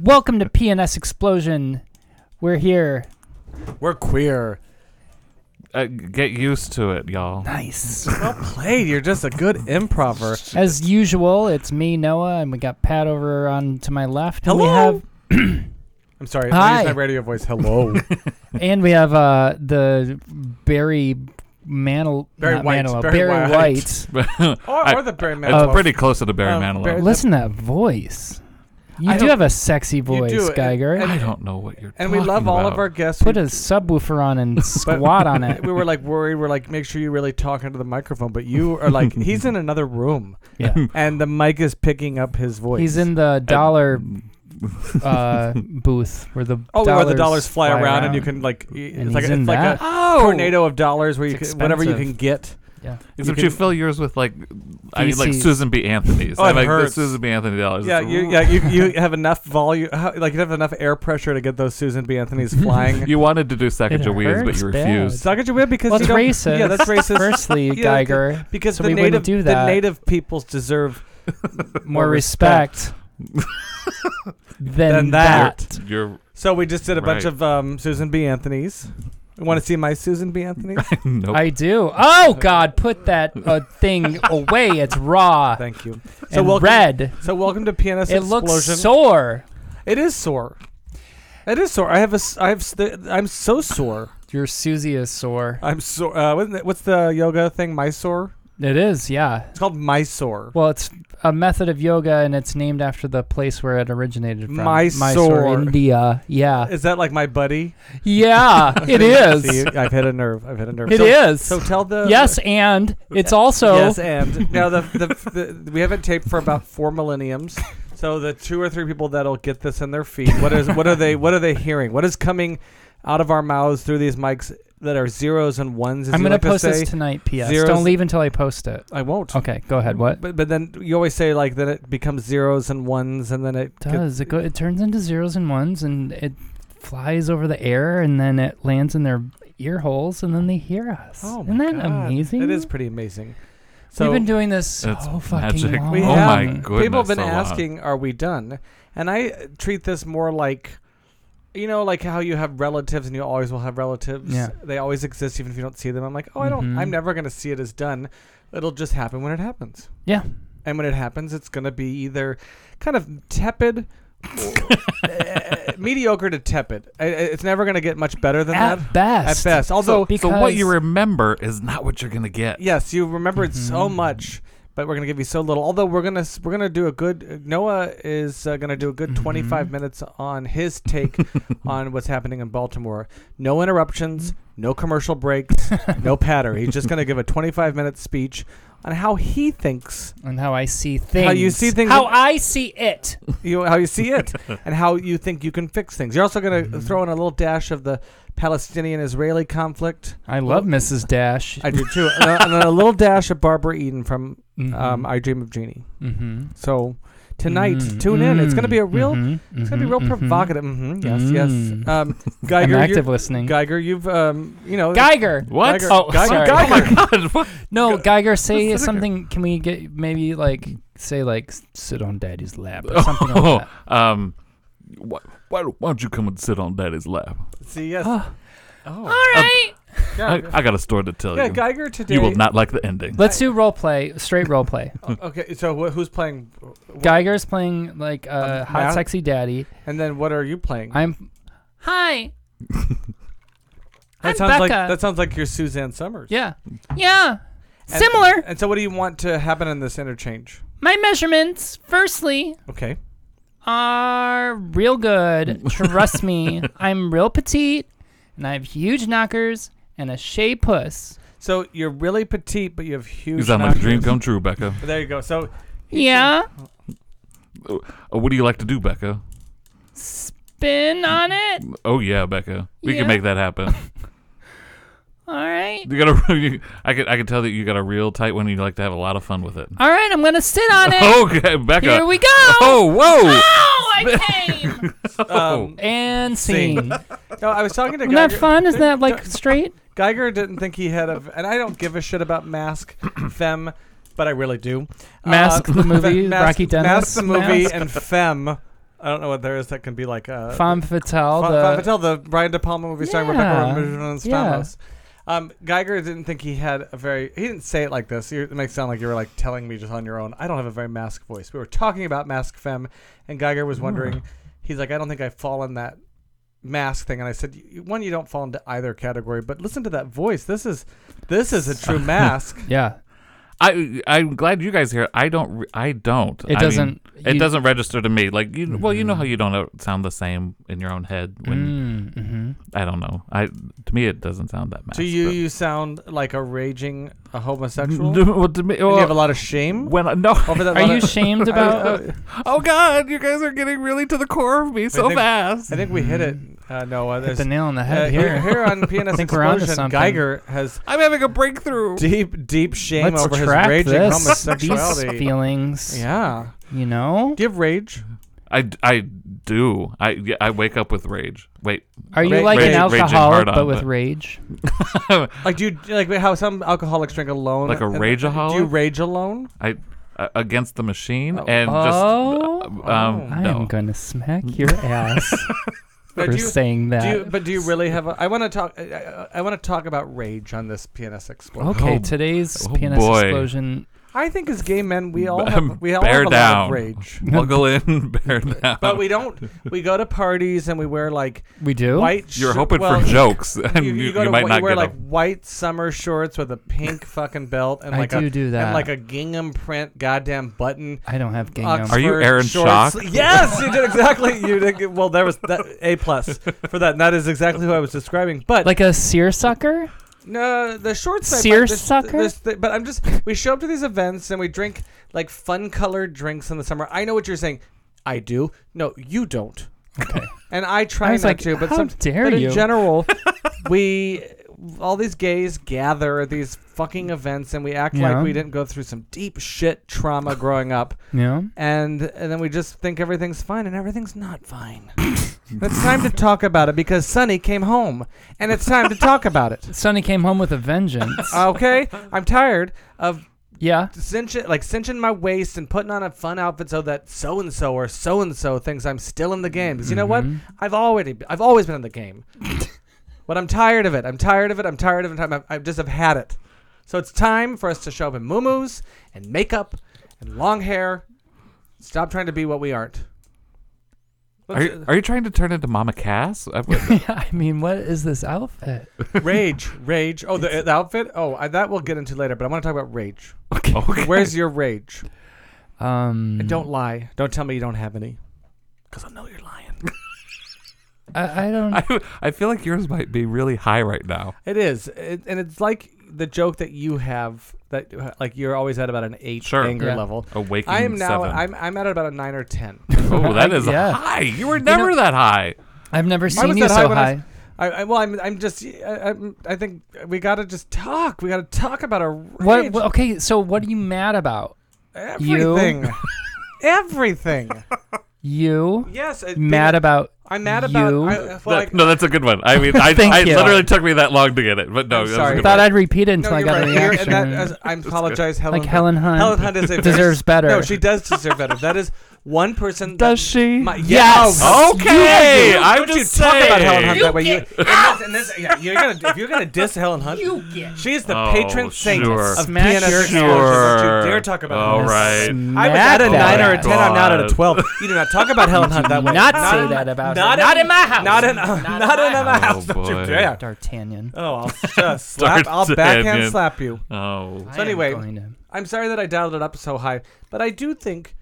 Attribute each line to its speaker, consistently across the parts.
Speaker 1: Welcome to PNS Explosion. We're here.
Speaker 2: We're queer.
Speaker 3: Uh, get used to it, y'all.
Speaker 1: Nice.
Speaker 2: Well played. You're just a good improver.
Speaker 1: As usual, it's me, Noah, and we got Pat over on to my left. And We
Speaker 2: Hello.
Speaker 1: have
Speaker 2: I'm sorry.
Speaker 1: Hi.
Speaker 2: I use my radio voice. Hello.
Speaker 1: and we have uh, the Barry Manilow.
Speaker 2: Barry
Speaker 1: not
Speaker 2: White,
Speaker 1: Manilow,
Speaker 2: Barry
Speaker 1: White.
Speaker 2: White. or,
Speaker 3: I-
Speaker 2: or the Barry
Speaker 3: it's
Speaker 2: Manilow.
Speaker 3: pretty close to the Barry
Speaker 2: Uh,
Speaker 3: Manilow.
Speaker 2: Barry-
Speaker 1: Listen to that voice. You
Speaker 2: I
Speaker 1: do
Speaker 2: don't-
Speaker 1: have a sexy
Speaker 2: do,
Speaker 1: voice,
Speaker 2: and-
Speaker 1: Geiger.
Speaker 2: and-
Speaker 3: I don't know what you're.
Speaker 2: and we love
Speaker 3: talking
Speaker 2: all of
Speaker 3: about.
Speaker 2: our guests.
Speaker 1: Put
Speaker 2: we,
Speaker 1: a subwoofer on and squat on it.
Speaker 2: we were like worried. We're like, make sure you really talk into the microphone. But you are like, he's in another room,
Speaker 1: Yeah.
Speaker 2: and the mic is picking up his voice.
Speaker 1: He's in the dollar uh, booth where the
Speaker 2: Oh,
Speaker 1: dollars
Speaker 2: where the dollars fly, around, and you
Speaker 1: around.
Speaker 2: can like, y-
Speaker 1: And
Speaker 2: it's like
Speaker 1: he's
Speaker 2: a,
Speaker 1: in
Speaker 2: it's like
Speaker 1: that?
Speaker 2: a tornado of dollars where you
Speaker 1: It's
Speaker 2: can, whatever you can
Speaker 1: expensive.
Speaker 2: get.
Speaker 1: Yeah.
Speaker 3: Except
Speaker 2: you
Speaker 3: you
Speaker 2: can-
Speaker 3: fill yours with like, I mean, like
Speaker 1: VCs.
Speaker 3: Susan B. Anthony's.
Speaker 2: Oh,
Speaker 3: I
Speaker 2: it
Speaker 3: like the
Speaker 2: hurts.
Speaker 3: Susan B. Anthony dollars.
Speaker 2: Yeah,
Speaker 3: It's-
Speaker 2: you, yeah, you, you have enough volume, like you have enough air pressure to get those Susan B. Anthony's flying.
Speaker 3: You wanted to do Sacagawea, Weeds, but
Speaker 1: hurts
Speaker 3: you
Speaker 1: bad.
Speaker 3: refused.
Speaker 2: Suck it your whip because
Speaker 1: Well,
Speaker 2: you
Speaker 1: it's
Speaker 2: don't-
Speaker 1: racist.
Speaker 2: Yeah, that's racist.
Speaker 1: Firstly,
Speaker 2: Yeah,
Speaker 1: Geiger,
Speaker 2: because
Speaker 1: so
Speaker 2: the
Speaker 1: we wouldn't
Speaker 2: native
Speaker 1: do
Speaker 2: the
Speaker 1: that.
Speaker 2: native peoples deserve
Speaker 1: more respect than,
Speaker 2: Than
Speaker 1: that.
Speaker 2: that.
Speaker 3: You're
Speaker 2: So we just did a bunch
Speaker 3: Right.
Speaker 2: of um, Susan B. Anthony's. Want to see my Susan B. Anthony's?
Speaker 3: nope.
Speaker 1: I do. Oh God, put that uh, thing away. It's raw
Speaker 2: Thank you. So
Speaker 1: and
Speaker 2: welcome.
Speaker 1: red.
Speaker 2: So welcome to PNS
Speaker 1: It looks
Speaker 2: Explosion.
Speaker 1: sore.
Speaker 2: it is sore. It is sore. I have a. s- I have. s- the- I'm so sore.
Speaker 1: Your Susie is sore.
Speaker 2: I'm sore. Uh, wasn't it- what's the yoga thing? Mysore.
Speaker 1: It is, yeah.
Speaker 2: It's called Mysore.
Speaker 1: Well, it's a method of yoga, and it's named after the place where it originated from.
Speaker 2: Mysore.
Speaker 1: India. Yeah,
Speaker 2: Is that like my buddy?
Speaker 1: yeah. It
Speaker 2: See,
Speaker 1: is.
Speaker 2: I've hit a nerve. I've hit a nerve.
Speaker 1: It
Speaker 2: so,
Speaker 1: is.
Speaker 2: So tell the
Speaker 1: Yes, and it's also
Speaker 2: yes, and now the, the, the we haven't taped for about four millenniums. So the two or three people that'll get this in their feet. What is what are they what are they hearing? What is coming out of our mouths through these mics that are zeros and ones? As
Speaker 1: I'm
Speaker 2: you
Speaker 1: gonna
Speaker 2: like
Speaker 1: post
Speaker 2: to say?
Speaker 1: this tonight. P.S.
Speaker 2: zeros-
Speaker 1: Don't leave until I post it.
Speaker 2: I won't.
Speaker 1: Okay, go ahead. What
Speaker 2: But but then you always say like that it becomes zeros and ones and then it gets-
Speaker 1: does it go? It turns into zeros and ones, and it flies over the air, and then it lands in their ear holes, and then they hear us.
Speaker 2: Oh my
Speaker 1: Isn't that
Speaker 2: God.
Speaker 1: amazing?
Speaker 2: It is pretty amazing. So
Speaker 1: We've been doing this so
Speaker 3: It's
Speaker 1: fucking
Speaker 3: magic.
Speaker 1: long.
Speaker 2: We
Speaker 3: oh
Speaker 2: have-
Speaker 3: my goodness.
Speaker 2: People have been
Speaker 3: so long.
Speaker 2: asking, "Are we done?" And I uh, treat this more like, you know, like how you have relatives and you always will have relatives.
Speaker 1: Yeah.
Speaker 2: They always exist even if you don't see them. I'm like, oh, I don't.
Speaker 1: Mhm.
Speaker 2: I'm never gonna see it as done. It'll just happen when it happens.
Speaker 1: Yeah.
Speaker 2: And when it happens, it's gonna be either kind of tepid. or, uh, mediocre to tepid. I- I- It's never going to get much better than
Speaker 1: At
Speaker 2: that.
Speaker 1: best.
Speaker 2: At best, although
Speaker 1: Be-
Speaker 3: So what you
Speaker 1: because-
Speaker 3: remember is not what you're gonna get.
Speaker 2: Yes, you remembered so
Speaker 1: Mhm.
Speaker 2: much, but we're gonna give you so little. Although we're gonna s- we're gonna do a good Noah is uh, gonna do a good
Speaker 1: Mhm.
Speaker 2: 25 minutes on his take on what's happening in Baltimore. No interruptions, no commercial breaks, no patter. He's just gonna give a 25 minute speech on how he thinks
Speaker 1: And how I see things.
Speaker 2: you see things-
Speaker 1: How I see it.
Speaker 2: you how you see it and how you think you can fix things. You're also gonna
Speaker 1: Mhm.
Speaker 2: throw in a little dash of the Palestinian-Israeli conflict.
Speaker 1: I love Mrs. Dash.
Speaker 2: I do too, and a, and a little dash of Barbara Eden from
Speaker 1: Mhm.
Speaker 2: um, I Dream of Jeannie.
Speaker 1: Mhm.
Speaker 2: So tonight,
Speaker 3: Mm-hmm.
Speaker 1: Mhm.
Speaker 2: tune in. It's going to be a
Speaker 1: Mhm.
Speaker 2: real.
Speaker 1: Mhm.
Speaker 2: It's going to be real
Speaker 1: Mhm.
Speaker 2: provocative. hmm Yes,
Speaker 1: Mm.
Speaker 2: yes. Um,
Speaker 1: I'm
Speaker 2: Geiger,
Speaker 1: active
Speaker 2: you-
Speaker 1: listening.
Speaker 2: Geiger, you've um, you know.
Speaker 1: Geiger.
Speaker 3: What?
Speaker 2: Geiger-
Speaker 1: Oh,
Speaker 2: Geiger-
Speaker 1: sorry.
Speaker 3: Oh my god. What?
Speaker 1: No, Geiger, say
Speaker 3: That's
Speaker 1: something. Can we get maybe like say like s- sit on Daddy's lap or something
Speaker 3: Oh,
Speaker 1: like
Speaker 3: um, wh- why, don't- why don't you come and sit on Daddy's lap? Um,
Speaker 2: See, yes.
Speaker 1: that? Oh,
Speaker 2: Oh.
Speaker 1: all right.
Speaker 3: I,
Speaker 2: yeah,
Speaker 3: I got a story to tell
Speaker 2: yeah,
Speaker 3: you.
Speaker 2: Geiger today.
Speaker 3: you will not like the ending.
Speaker 1: Let's do role play. Straight role play.
Speaker 2: Oh, Okay, so wh- who's playing? wh-
Speaker 1: Geiger's playing like uh,
Speaker 2: Um,
Speaker 1: hot,
Speaker 2: Matt?
Speaker 1: sexy daddy.
Speaker 2: And then what are you playing?
Speaker 1: I'm. Hi.
Speaker 2: that
Speaker 1: I'm
Speaker 2: sounds like
Speaker 1: Becca.
Speaker 2: that sounds like your Suzanne Summers.
Speaker 1: Yeah. Yeah.
Speaker 2: And- And so, what do you want to happen in this interchange?
Speaker 1: My measurements, firstly,
Speaker 2: Okay.
Speaker 1: are real good. Trust me. I'm real petite, and I have huge knockers and a Shea puss.
Speaker 2: So you're really petite, but you have huge.
Speaker 3: You sound like a
Speaker 2: knockers.
Speaker 3: dream come true, Becca.
Speaker 2: There you go. So
Speaker 1: Yeah.
Speaker 3: Oh, what do you like to do, Becca?
Speaker 1: Spin on it.
Speaker 3: Oh yeah, Becca. We
Speaker 1: Yeah.
Speaker 3: can make that happen.
Speaker 1: All right.
Speaker 3: You got a. You, I could. I could tell that you got a real tight one. and You like to have a lot of fun with it.
Speaker 1: All right, I'm gonna sit on it.
Speaker 2: Oh,
Speaker 3: Okay, Becca.
Speaker 1: Here we go.
Speaker 3: Oh, whoa.
Speaker 1: Oh, I came.
Speaker 3: Oh.
Speaker 2: um,
Speaker 1: and
Speaker 2: Scene.
Speaker 1: scene.
Speaker 2: no, I Uh, was talking to
Speaker 1: Isn't
Speaker 2: Geiger.
Speaker 1: that fun? Isn't
Speaker 2: There-
Speaker 1: that like straight?
Speaker 2: Geiger didn't think he had a, and I don't give a shit about Mask, Femme, but I really do.
Speaker 1: Mask the movie,
Speaker 2: Fe- Mask-
Speaker 1: Rocky Dennis
Speaker 2: Mask the movie
Speaker 1: Mask.
Speaker 2: and Femme I don't know what there is that can be like. Uh,
Speaker 1: Femme Fatale.
Speaker 2: Fa-
Speaker 1: the,
Speaker 2: Femme Fatale, the Brian De Palma movie starring
Speaker 1: Yeah,
Speaker 2: Rebecca Ramirez
Speaker 1: yeah.
Speaker 2: Stamos. Um, Geiger didn't think he had a very. He didn't say it like this. You- It makes it sound like you were like telling me just on your own. I don't have a very mask voice. We were talking about mask femme, and Geiger
Speaker 1: Hmm.
Speaker 2: was wondering. He's like, I don't think I fall in that mask thing. And I said, "You- one, you don't fall into either category, but listen to that voice. This is, this is a true mask.
Speaker 1: Yeah.
Speaker 3: I I'm glad you guys hear. it. I don't. re- I don't. I
Speaker 1: It
Speaker 3: mean,
Speaker 1: doesn't.
Speaker 3: it
Speaker 1: you- Mm-hmm.
Speaker 3: doesn't register to me. Like you. Well, you know how you don't uh, sound the same in your own head when
Speaker 1: Mm, mhm.
Speaker 3: I don't know. I to me it doesn't sound that. Masked,
Speaker 2: to you, you sound like a raging a homosexual.
Speaker 3: But, well, to me,
Speaker 2: and you have a
Speaker 3: well,
Speaker 2: lot of shame.
Speaker 3: when I, no.
Speaker 2: Over that
Speaker 1: Are
Speaker 2: lot
Speaker 1: you
Speaker 2: of-
Speaker 1: shamed
Speaker 2: I-
Speaker 1: about? uh,
Speaker 2: I-
Speaker 3: Oh God, you guys are getting really to the core of me so
Speaker 2: think-
Speaker 3: fast.
Speaker 2: I think we hit it, uh, Noah.
Speaker 1: Hit
Speaker 2: There's,
Speaker 1: the nail on the
Speaker 2: uh,
Speaker 1: head here.
Speaker 2: here, here on PNS
Speaker 1: think we're onto
Speaker 2: Explosion,
Speaker 1: something.
Speaker 2: Geiger has
Speaker 3: I'm having a breakthrough.
Speaker 2: deep, deep shame
Speaker 1: Let's
Speaker 2: over his
Speaker 1: track
Speaker 2: raging
Speaker 1: this. These
Speaker 2: homosexuality.
Speaker 1: feelings.
Speaker 2: Yeah.
Speaker 1: You know.
Speaker 2: Do you have rage?
Speaker 3: I, I do. I yeah, I wake up with rage. Wait,
Speaker 1: Are you
Speaker 2: Ra-
Speaker 1: like an
Speaker 2: ra-
Speaker 3: raging
Speaker 1: alcoholic
Speaker 3: hard on,
Speaker 1: but with
Speaker 3: but-
Speaker 1: rage?
Speaker 2: Like, do you, like how some alcoholics drink alone?
Speaker 3: Like a
Speaker 2: and-
Speaker 3: rageaholic?
Speaker 2: Do you rage alone?
Speaker 3: I uh, against the machine
Speaker 2: Oh.
Speaker 3: and
Speaker 1: Oh.
Speaker 3: just
Speaker 2: Oh.
Speaker 3: uh, um
Speaker 1: I
Speaker 3: no.
Speaker 1: am gonna smack your ass
Speaker 2: Or
Speaker 1: for
Speaker 2: do you,
Speaker 1: saying that.
Speaker 2: do you, but do you really have a. I want to talk I- I, I want to talk about rage on this PNS Explosion.
Speaker 1: okay,
Speaker 3: Oh,
Speaker 1: today's
Speaker 3: oh
Speaker 1: PNS
Speaker 3: boy.
Speaker 1: explosion.
Speaker 2: I think as gay men, we all
Speaker 3: B-
Speaker 2: have, we all have a
Speaker 3: bear
Speaker 2: lot
Speaker 3: down.
Speaker 2: of rage.
Speaker 3: Buckle in, bear down.
Speaker 2: But we don't. We go to parties and we wear like
Speaker 1: We do.
Speaker 2: white.
Speaker 3: You're
Speaker 2: shi-
Speaker 3: hoping
Speaker 2: well,
Speaker 3: for jokes, and you,
Speaker 2: you,
Speaker 3: you,
Speaker 2: go to,
Speaker 3: might
Speaker 2: you
Speaker 3: not
Speaker 2: wear
Speaker 3: get
Speaker 2: like
Speaker 3: them.
Speaker 2: white summer shorts with a pink fucking belt and
Speaker 1: I
Speaker 2: like
Speaker 1: do
Speaker 2: a
Speaker 1: do
Speaker 2: and
Speaker 1: that.
Speaker 2: like a gingham print goddamn button.
Speaker 1: I don't have gingham.
Speaker 2: Oxford
Speaker 3: Are you Aaron
Speaker 2: shorts.
Speaker 3: Schock?
Speaker 2: Yes, you did exactly. You did. Well, there was that, a plus for that. And that is exactly who I was describing. But
Speaker 1: like a seersucker?
Speaker 2: no, the shorts. type, like,
Speaker 1: Seersucker?
Speaker 2: This, this, but I'm just. We show up to these events and we drink like fun colored drinks in the summer. I know what you're saying. I do. No, you don't.
Speaker 1: Okay.
Speaker 2: And I try
Speaker 1: I was
Speaker 2: not
Speaker 1: like,
Speaker 2: to. But
Speaker 1: how
Speaker 2: some,
Speaker 1: dare
Speaker 2: but in
Speaker 1: you?
Speaker 2: general, we all these gays gather at these fucking events and we act
Speaker 1: Yeah.
Speaker 2: like we didn't go through some deep shit trauma growing up,
Speaker 1: yeah.
Speaker 2: and and then we just think everything's fine and everything's not fine. it's time to talk about it because Sonny came home, and it's time to talk about it.
Speaker 1: Sonny came home with a vengeance.
Speaker 2: Okay, I'm tired of
Speaker 1: yeah.
Speaker 2: cinching like cinching my waist and putting on a fun outfit so that so and so or so and so thinks I'm still in the game. Because you know what?
Speaker 1: Mhm.
Speaker 2: I've already I've always been in the game. but I'm tired of it. I'm tired of it. I'm tired of it. I'm, I just have had it. So it's time for us to show up in muumuus and makeup and long hair. Stop trying to be what we aren't.
Speaker 3: Are you, are you trying to turn into Mama Cass? I,
Speaker 1: I mean, what is this outfit?
Speaker 2: uh, rage, rage. Oh, the, the outfit. Oh, I, that we'll get into later. But I want to talk about rage.
Speaker 3: okay.
Speaker 2: Where's your rage?
Speaker 1: Um,
Speaker 2: And don't lie. Don't tell me you don't have any. Because I know you're lying.
Speaker 1: I, I don't.
Speaker 3: I, I feel like yours might be really high right now.
Speaker 2: It is, it, and it's like the joke that you have that uh, like you're always at about an eight
Speaker 3: Sure.
Speaker 2: anger
Speaker 1: Yeah.
Speaker 2: level.
Speaker 3: A waking
Speaker 2: I am now.
Speaker 3: seven.
Speaker 2: I'm I'm at about a nine or ten.
Speaker 3: oh, that is
Speaker 1: Yeah.
Speaker 3: high. You were never that high.
Speaker 1: I've never seen
Speaker 2: was
Speaker 1: you
Speaker 2: that
Speaker 1: so
Speaker 2: high when I-
Speaker 1: high.
Speaker 2: I, I well, I'm I'm just. I, I'm, I think we gotta just talk. We gotta talk about our rage.
Speaker 1: What, what? Okay, so what are you mad about? you?
Speaker 2: everything. everything.
Speaker 1: You
Speaker 2: Yes. it-
Speaker 1: mad about?
Speaker 2: I'm mad about.
Speaker 1: you?
Speaker 2: I, well,
Speaker 3: That-
Speaker 2: like,
Speaker 3: no, that's a good one. I mean, I,
Speaker 1: Thank
Speaker 3: I
Speaker 1: you.
Speaker 3: literally took me that long to get it, but
Speaker 2: I'm
Speaker 3: no, that was a
Speaker 2: sorry.
Speaker 3: good
Speaker 1: Thought
Speaker 3: one.
Speaker 1: I'd repeat it
Speaker 2: no,
Speaker 1: until I
Speaker 2: you're
Speaker 1: got
Speaker 2: right.
Speaker 1: a
Speaker 2: Here, and
Speaker 1: reaction.
Speaker 2: that- as- I apologize, Helen.
Speaker 1: like Helen Hunt.
Speaker 2: Helen Hunt is a very-
Speaker 1: Deserves better.
Speaker 2: No, she does deserve better. That is one person. that-
Speaker 1: Does she?
Speaker 2: My-
Speaker 1: yes.
Speaker 2: Oh,
Speaker 3: Okay,
Speaker 2: Don't
Speaker 3: I'm
Speaker 2: you
Speaker 3: just
Speaker 2: talk
Speaker 3: saying.
Speaker 2: about Helen Hunt
Speaker 1: You
Speaker 2: that way. You, and this, and this, yeah, you're gonna if you're gonna diss Helen Hunt,
Speaker 1: You get
Speaker 2: she's the
Speaker 3: Oh,
Speaker 2: patron saint
Speaker 3: sure.
Speaker 2: of
Speaker 1: Smash
Speaker 2: pianist
Speaker 1: your
Speaker 2: explosion. Don't you dare talk about Helen
Speaker 3: All
Speaker 2: Hunt.
Speaker 3: right.
Speaker 2: I was at a
Speaker 1: Smack
Speaker 2: nine
Speaker 1: that.
Speaker 2: or a ten. I'm not at a
Speaker 3: God.
Speaker 2: twelve. You do not talk about Helen Hunt that way.
Speaker 1: Not, say
Speaker 2: in my-
Speaker 1: that about
Speaker 2: Not,
Speaker 1: her.
Speaker 2: in,
Speaker 1: not in my house.
Speaker 2: Not in.
Speaker 1: in
Speaker 2: Not in
Speaker 1: my
Speaker 2: my
Speaker 3: house.
Speaker 2: house.
Speaker 3: Oh,
Speaker 2: Don't you
Speaker 3: boy.
Speaker 2: dare.
Speaker 1: D'Artagnan.
Speaker 2: Oh, I'll just slap. I'll backhand
Speaker 3: D'Artagnan.
Speaker 2: slap you.
Speaker 3: Oh,
Speaker 1: I am
Speaker 2: anyway-
Speaker 1: going to-
Speaker 2: I'm sorry that I dialed it up so high, but I do think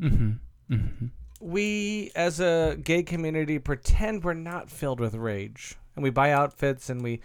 Speaker 1: Mhm, mhm.
Speaker 2: we as a gay community pretend we're not filled with rage and we buy outfits and we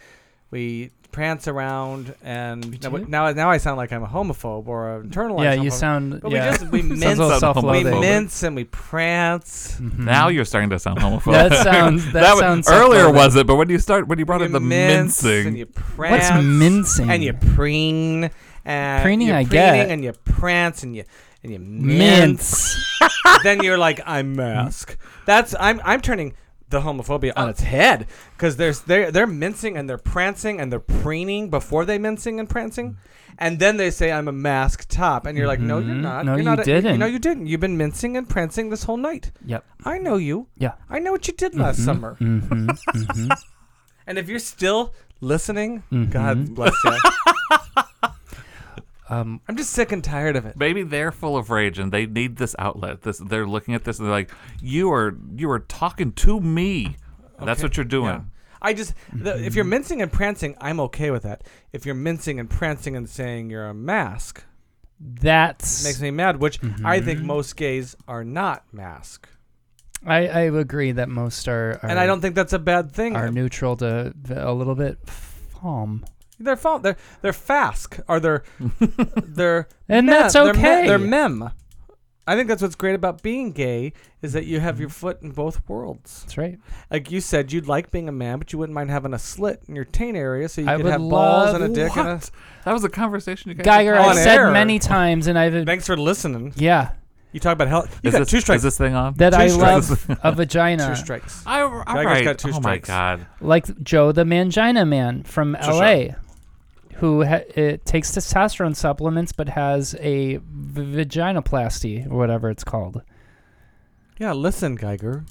Speaker 2: we prance around and now,
Speaker 1: do?
Speaker 2: now now I sound like I'm a homophobe or an internalized
Speaker 1: Yeah,
Speaker 2: homophobe.
Speaker 1: you sound.
Speaker 2: but
Speaker 1: yeah.
Speaker 2: we just we
Speaker 1: Sounds
Speaker 2: mince
Speaker 1: a little
Speaker 3: Sounds
Speaker 2: we
Speaker 1: self-loathing.
Speaker 3: homophobic.
Speaker 2: mince and we prance
Speaker 1: Mhm.
Speaker 3: now you're starting to sound homophobic.
Speaker 1: That sounds. That,
Speaker 3: was-
Speaker 1: sounds.
Speaker 3: earlier
Speaker 1: self-loathing.
Speaker 3: was it? But when you start, when you brought
Speaker 2: you
Speaker 3: in the
Speaker 2: mince and
Speaker 3: mincing,
Speaker 2: you prance
Speaker 1: What's mincing?
Speaker 2: and you preen and
Speaker 1: Preening
Speaker 2: you
Speaker 1: I
Speaker 2: preening
Speaker 1: get.
Speaker 2: and you prance and you and you mince
Speaker 1: mince.
Speaker 2: then you're like I'm mask that's I'm I'm turning the the homophobia on its head because there's they're they're mincing and they're prancing and they're preening before they mincing and prancing, and then they say I'm a mask top, and you're like, no, you're
Speaker 1: Mhm.
Speaker 2: not.
Speaker 1: No,
Speaker 2: you're
Speaker 1: you
Speaker 2: not a-
Speaker 1: didn't."
Speaker 2: no, you didn't. You've been mincing and prancing this whole night.
Speaker 1: Yep.
Speaker 2: I know you.
Speaker 1: Yeah.
Speaker 2: I know what you did last summer.
Speaker 1: Mm-hmm. mm-hmm.
Speaker 2: And if you're still listening,
Speaker 1: Mhm.
Speaker 2: God bless you.
Speaker 1: Um,
Speaker 2: I'm just sick and tired of it.
Speaker 3: Maybe they're full of rage and they need this outlet. This they're looking at this and they're like, "You are you are talking to me. That's
Speaker 2: Okay.
Speaker 3: what you're
Speaker 2: Yeah.
Speaker 3: doing."
Speaker 2: I just, the, if
Speaker 1: Mm-hmm.
Speaker 2: you're mincing and prancing, I'm okay with that. If you're mincing and prancing and saying you're a mask,
Speaker 1: that's
Speaker 2: makes me mad, which I think
Speaker 1: Mm-hmm.
Speaker 2: most gays are not mask.
Speaker 1: I, I agree that most are, are
Speaker 2: and I don't think that's a bad thing.
Speaker 1: are neutral to to a little bit calm,
Speaker 2: They're fault. They're they're fask or they're they're
Speaker 1: and
Speaker 2: mem-
Speaker 1: that's
Speaker 2: they're
Speaker 1: okay.
Speaker 2: me- They're, mem. I think that's what's great about being gay is that you have your
Speaker 1: Mm-hmm.
Speaker 2: foot in both worlds.
Speaker 1: that's right.
Speaker 2: Like you said, you'd like being a man, but you wouldn't mind having a slit in your taint area so you
Speaker 1: I
Speaker 2: could
Speaker 1: would
Speaker 2: have balls and a
Speaker 1: love-
Speaker 2: dick. And a,
Speaker 3: What? That was a conversation you guys.
Speaker 1: Geiger,
Speaker 2: on
Speaker 1: I've said
Speaker 2: air.
Speaker 1: many times, and I've
Speaker 2: thanks for listening.
Speaker 1: yeah,
Speaker 2: You talk about hell. You
Speaker 3: Is
Speaker 2: got
Speaker 3: this,
Speaker 2: two
Speaker 3: is
Speaker 2: strikes.
Speaker 3: this thing on?
Speaker 1: that
Speaker 2: Two
Speaker 1: I
Speaker 2: strikes.
Speaker 1: love a vagina.
Speaker 2: two strikes.
Speaker 3: I, all
Speaker 2: Geiger's
Speaker 3: right.
Speaker 2: got two
Speaker 3: oh my
Speaker 2: strikes.
Speaker 3: god.
Speaker 1: like Joe the Mangina Man from
Speaker 2: Sure,
Speaker 1: LA, who ha- it takes testosterone supplements but has a v- vaginoplasty or whatever it's called,
Speaker 2: Yeah, listen, Geiger.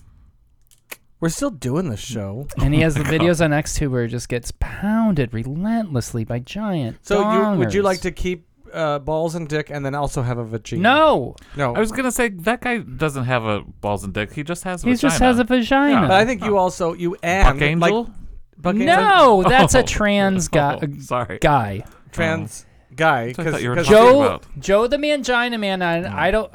Speaker 2: We're still doing this show.
Speaker 1: and he has the videos on XTube where he just gets pounded relentlessly by giant.
Speaker 2: So you would you
Speaker 1: dongers.
Speaker 2: like to keep uh, balls and dick and then also have a vagina?
Speaker 1: No,
Speaker 2: No.
Speaker 3: I was gonna say that guy doesn't have a balls and dick. He just has. A
Speaker 1: he just
Speaker 3: vagina.
Speaker 1: has a vagina.
Speaker 2: but I think you also you and
Speaker 3: Buck Angel.
Speaker 2: like Buck Angel,
Speaker 1: no, that's a
Speaker 3: Oh.
Speaker 1: trans guy.
Speaker 3: Oh, sorry.
Speaker 1: guy.
Speaker 2: trans guy
Speaker 3: That's what I thought you were
Speaker 2: because
Speaker 3: talking
Speaker 1: Joe
Speaker 3: about-
Speaker 1: Joe the Mangina Man.
Speaker 2: Mm.
Speaker 1: I, I don't.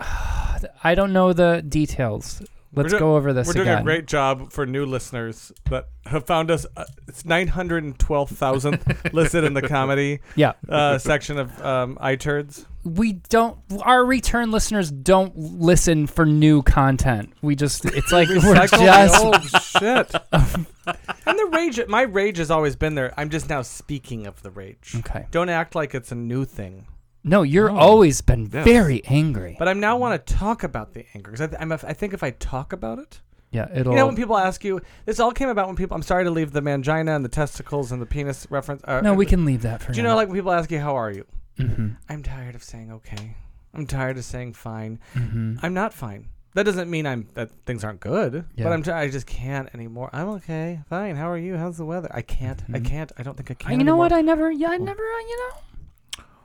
Speaker 1: I don't know the details. Let's
Speaker 2: do-
Speaker 1: go over this
Speaker 2: We're doing
Speaker 1: again.
Speaker 2: a great job for new listeners that have found us. Uh, it's 912,000th listed in the comedy
Speaker 1: yeah,
Speaker 2: uh, section of um, iTurds.
Speaker 1: we don't. Our return listeners don't listen for new content. We just. It's like we're
Speaker 2: Recycle the
Speaker 1: just.
Speaker 2: old shit. and the rage, my rage has always been there. I'm just now speaking of the rage.
Speaker 1: Okay.
Speaker 2: Don't act like it's a new thing.
Speaker 1: No, you're
Speaker 3: Oh,
Speaker 1: always been
Speaker 3: yes.
Speaker 1: very angry.
Speaker 2: But I am now want to talk about the anger because I, th- I'm a- I think if I talk about it,
Speaker 1: yeah, it'll.
Speaker 2: you know, when people ask you, this all came about when people. I'm sorry to leave the mangina and the testicles and the penis reference. Uh,
Speaker 1: no, we can leave that for.
Speaker 2: Do you
Speaker 1: now.
Speaker 2: know, like when people ask you, "How are you?"
Speaker 1: Mhm,
Speaker 2: I'm tired of saying okay. I'm tired of saying fine.
Speaker 1: mhm.
Speaker 2: I'm not fine. That doesn't mean I'm that things aren't good.
Speaker 1: Yeah.
Speaker 2: But I'm t- I just can't anymore. I'm okay. Fine. How are you? How's the weather? I can't. I
Speaker 1: Mhm.
Speaker 2: can't. I don't think I
Speaker 1: Uh,
Speaker 2: can.
Speaker 1: You know what?
Speaker 2: anymore.
Speaker 1: I never. Yeah, I never. uh, You know.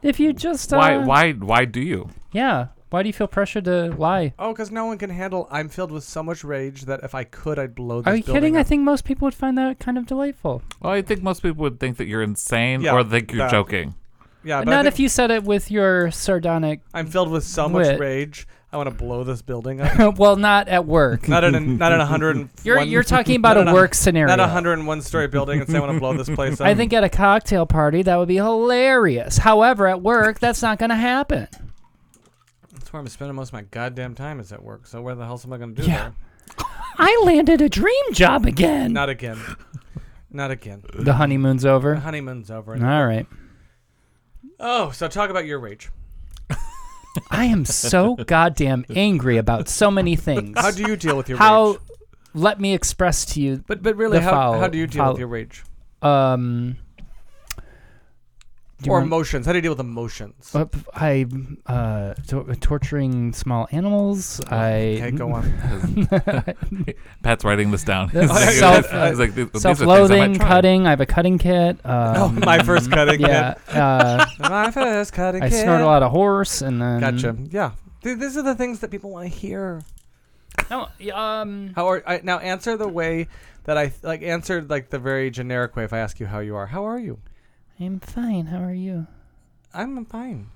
Speaker 1: If you just. Uh,
Speaker 3: Why? Why? Why do you?
Speaker 1: Yeah. Why do you feel pressure to lie?
Speaker 2: Oh, because no one can handle. I'm filled with so much rage that if I could, I'd blow. This
Speaker 1: Are you
Speaker 2: building
Speaker 1: kidding?
Speaker 2: Up.
Speaker 1: I think most people would find that kind of delightful.
Speaker 3: Well, I think most people would think that you're insane
Speaker 2: Yeah,
Speaker 3: or think you're
Speaker 2: that.
Speaker 3: joking.
Speaker 2: yeah,
Speaker 1: But
Speaker 2: but I
Speaker 1: not
Speaker 2: think-
Speaker 1: if you said it with your sardonic.
Speaker 2: I'm filled with so
Speaker 1: Wit.
Speaker 2: much rage. I want to blow this building up.
Speaker 1: well, not at work.
Speaker 2: Not in a, not in a hundred. and
Speaker 1: You're
Speaker 2: one-
Speaker 1: you're talking about
Speaker 2: not in
Speaker 1: a work scenario.
Speaker 2: Not a hundred and one story building, and say I want to blow this place up.
Speaker 1: I think at a cocktail party that would be hilarious. However, at work that's not going to happen.
Speaker 2: that's where I'm spending most of my goddamn time is at work. So where the hell am I going to do
Speaker 1: Yeah.
Speaker 2: that?
Speaker 1: I landed a dream job again.
Speaker 2: Not again. Not again.
Speaker 1: the honeymoon's
Speaker 2: The
Speaker 1: over.
Speaker 2: honeymoon's over.
Speaker 1: All right.
Speaker 2: Oh, so talk about your rage.
Speaker 1: I am so goddamn angry about so many things.
Speaker 2: How do you deal with your
Speaker 1: How
Speaker 2: rage?
Speaker 1: let me express to you
Speaker 2: But but really,
Speaker 1: the
Speaker 2: how,
Speaker 1: foul-
Speaker 2: how do you deal
Speaker 1: foul-
Speaker 2: with your rage
Speaker 1: um do you
Speaker 2: or
Speaker 1: want-
Speaker 2: emotions? How do you deal with emotions?
Speaker 1: Uh, p- I uh, to- torturing small animals. I
Speaker 2: okay, go on.
Speaker 3: Pat's writing this down.
Speaker 1: That's
Speaker 3: He's
Speaker 1: self-
Speaker 3: like- he's like, "These- these are things I might
Speaker 1: self-loathing,
Speaker 3: try."
Speaker 1: cutting. I have a cutting kit. Um,
Speaker 2: Oh, my first cutting.
Speaker 1: yeah, uh,
Speaker 2: kid. My first cutting.
Speaker 1: I
Speaker 2: kid.
Speaker 1: snortle out of horse, and then
Speaker 2: Gotcha. Yeah. Th- These are the things that people want to hear.
Speaker 1: No, y- um,
Speaker 2: How are I, now? Answer the way that I like. Answer like the very generic way. If I ask you how you are, how are you?
Speaker 1: I'm fine. How are you?
Speaker 2: I'm fine.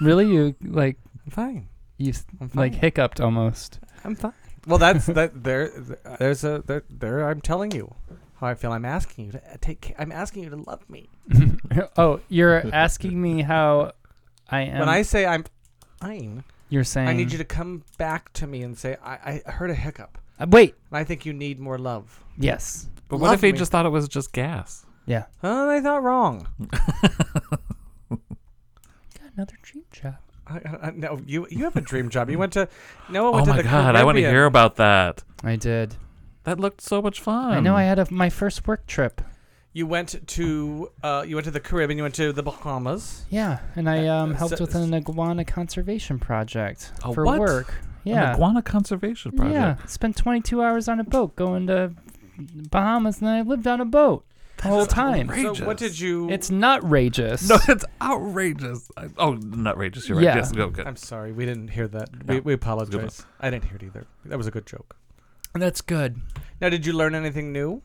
Speaker 1: Really, you like
Speaker 2: I'm fine.
Speaker 1: you s
Speaker 2: I'm fine.
Speaker 1: like hiccuped almost.
Speaker 2: I'm fine. Well, that's that. There, there's a there. There, I'm telling you how I feel. I'm asking you to uh, take. Care. I'm asking you to love me.
Speaker 1: oh, you're asking me how I am.
Speaker 2: when I say I'm fine,
Speaker 1: you're saying
Speaker 2: I need you to come back to me and say I, I heard a hiccup,
Speaker 1: Uh, wait.
Speaker 2: and I think you need more love.
Speaker 1: Yes.
Speaker 3: But what
Speaker 2: Love
Speaker 3: if he
Speaker 2: me.
Speaker 3: just thought it was just gas?
Speaker 1: Yeah.
Speaker 2: Oh, they thought wrong.
Speaker 1: Got another dream job.
Speaker 2: I, I, I- no, you you have a dream job. You went to Noah
Speaker 3: Oh
Speaker 2: went
Speaker 3: my
Speaker 2: to the
Speaker 3: god, I want to
Speaker 2: Caribbean.
Speaker 3: hear about that.
Speaker 1: I did.
Speaker 3: That looked so much fun.
Speaker 1: I
Speaker 2: Um.
Speaker 1: know I had a, my first work trip.
Speaker 2: You went to uh, you went to the Caribbean. You went to the Bahamas.
Speaker 1: Yeah, and I
Speaker 2: Uh,
Speaker 1: um,
Speaker 2: uh,
Speaker 1: helped
Speaker 2: so-
Speaker 1: with an iguana conservation project
Speaker 3: A
Speaker 1: for
Speaker 3: what?
Speaker 1: work.
Speaker 3: An
Speaker 1: Yeah.
Speaker 3: iguana conservation project.
Speaker 1: Yeah, spent 22 hours on a boat going to Bahamas, and I lived on a boat the whole time.
Speaker 3: outrageous.
Speaker 2: So what did you?
Speaker 1: It's nutrageous.
Speaker 3: No, it's outrageous. I, oh, nutrageous. You're right.
Speaker 1: Yeah.
Speaker 3: Yes, go good.
Speaker 2: I'm sorry, we didn't hear that.
Speaker 3: No,
Speaker 2: we, we
Speaker 3: good one.
Speaker 2: apologize. I didn't hear it either. That was a good joke.
Speaker 1: That's good.
Speaker 2: Now, did you learn anything new,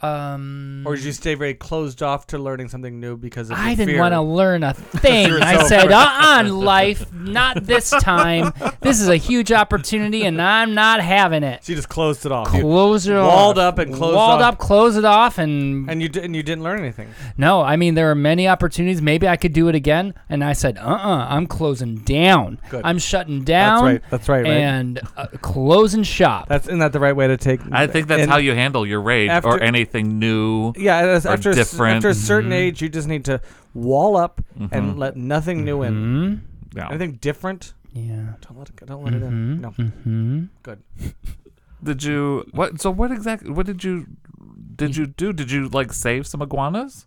Speaker 1: Um,
Speaker 2: or did you stay very closed off to learning something new because of
Speaker 1: I
Speaker 2: your
Speaker 1: didn't
Speaker 2: fear?
Speaker 1: want to learn a thing.
Speaker 2: You're
Speaker 1: I
Speaker 2: so-
Speaker 1: said, uh-uh, life, not this time. This is a huge opportunity, and I'm not having it.
Speaker 2: So you just closed it off. You-
Speaker 1: Close it
Speaker 2: Walled
Speaker 1: off.
Speaker 2: up and closed
Speaker 1: Walled
Speaker 2: off.
Speaker 1: up, close it off, and
Speaker 2: and you di- and you didn't learn anything.
Speaker 1: No, I mean there are many opportunities. Maybe I could do it again. And I said, uh, uh-uh, uh, i am closing down.
Speaker 2: Good.
Speaker 1: I'm shutting down
Speaker 2: That's right. That's right. Right.
Speaker 1: and uh, closing shop.
Speaker 2: that's isn't that the right way to take?
Speaker 3: I think that's
Speaker 2: and-
Speaker 3: how you handle your rage
Speaker 2: after-
Speaker 3: or anything new.
Speaker 2: Yeah, that's-
Speaker 3: Or
Speaker 2: after a, s-
Speaker 3: different.
Speaker 2: after a certain
Speaker 3: Mhm.
Speaker 2: age, you just need to wall up
Speaker 3: Mhm.
Speaker 2: and let nothing new in.
Speaker 3: Mm-hmm.
Speaker 1: hmm
Speaker 3: Yeah.
Speaker 2: Anything different,
Speaker 1: Yeah.
Speaker 2: don't let it, don't let it in.
Speaker 1: Mm-hmm.
Speaker 2: No.
Speaker 1: Mm-hmm.
Speaker 3: Did you what? So what exactly? What did you did you do? Did you like save some iguanas,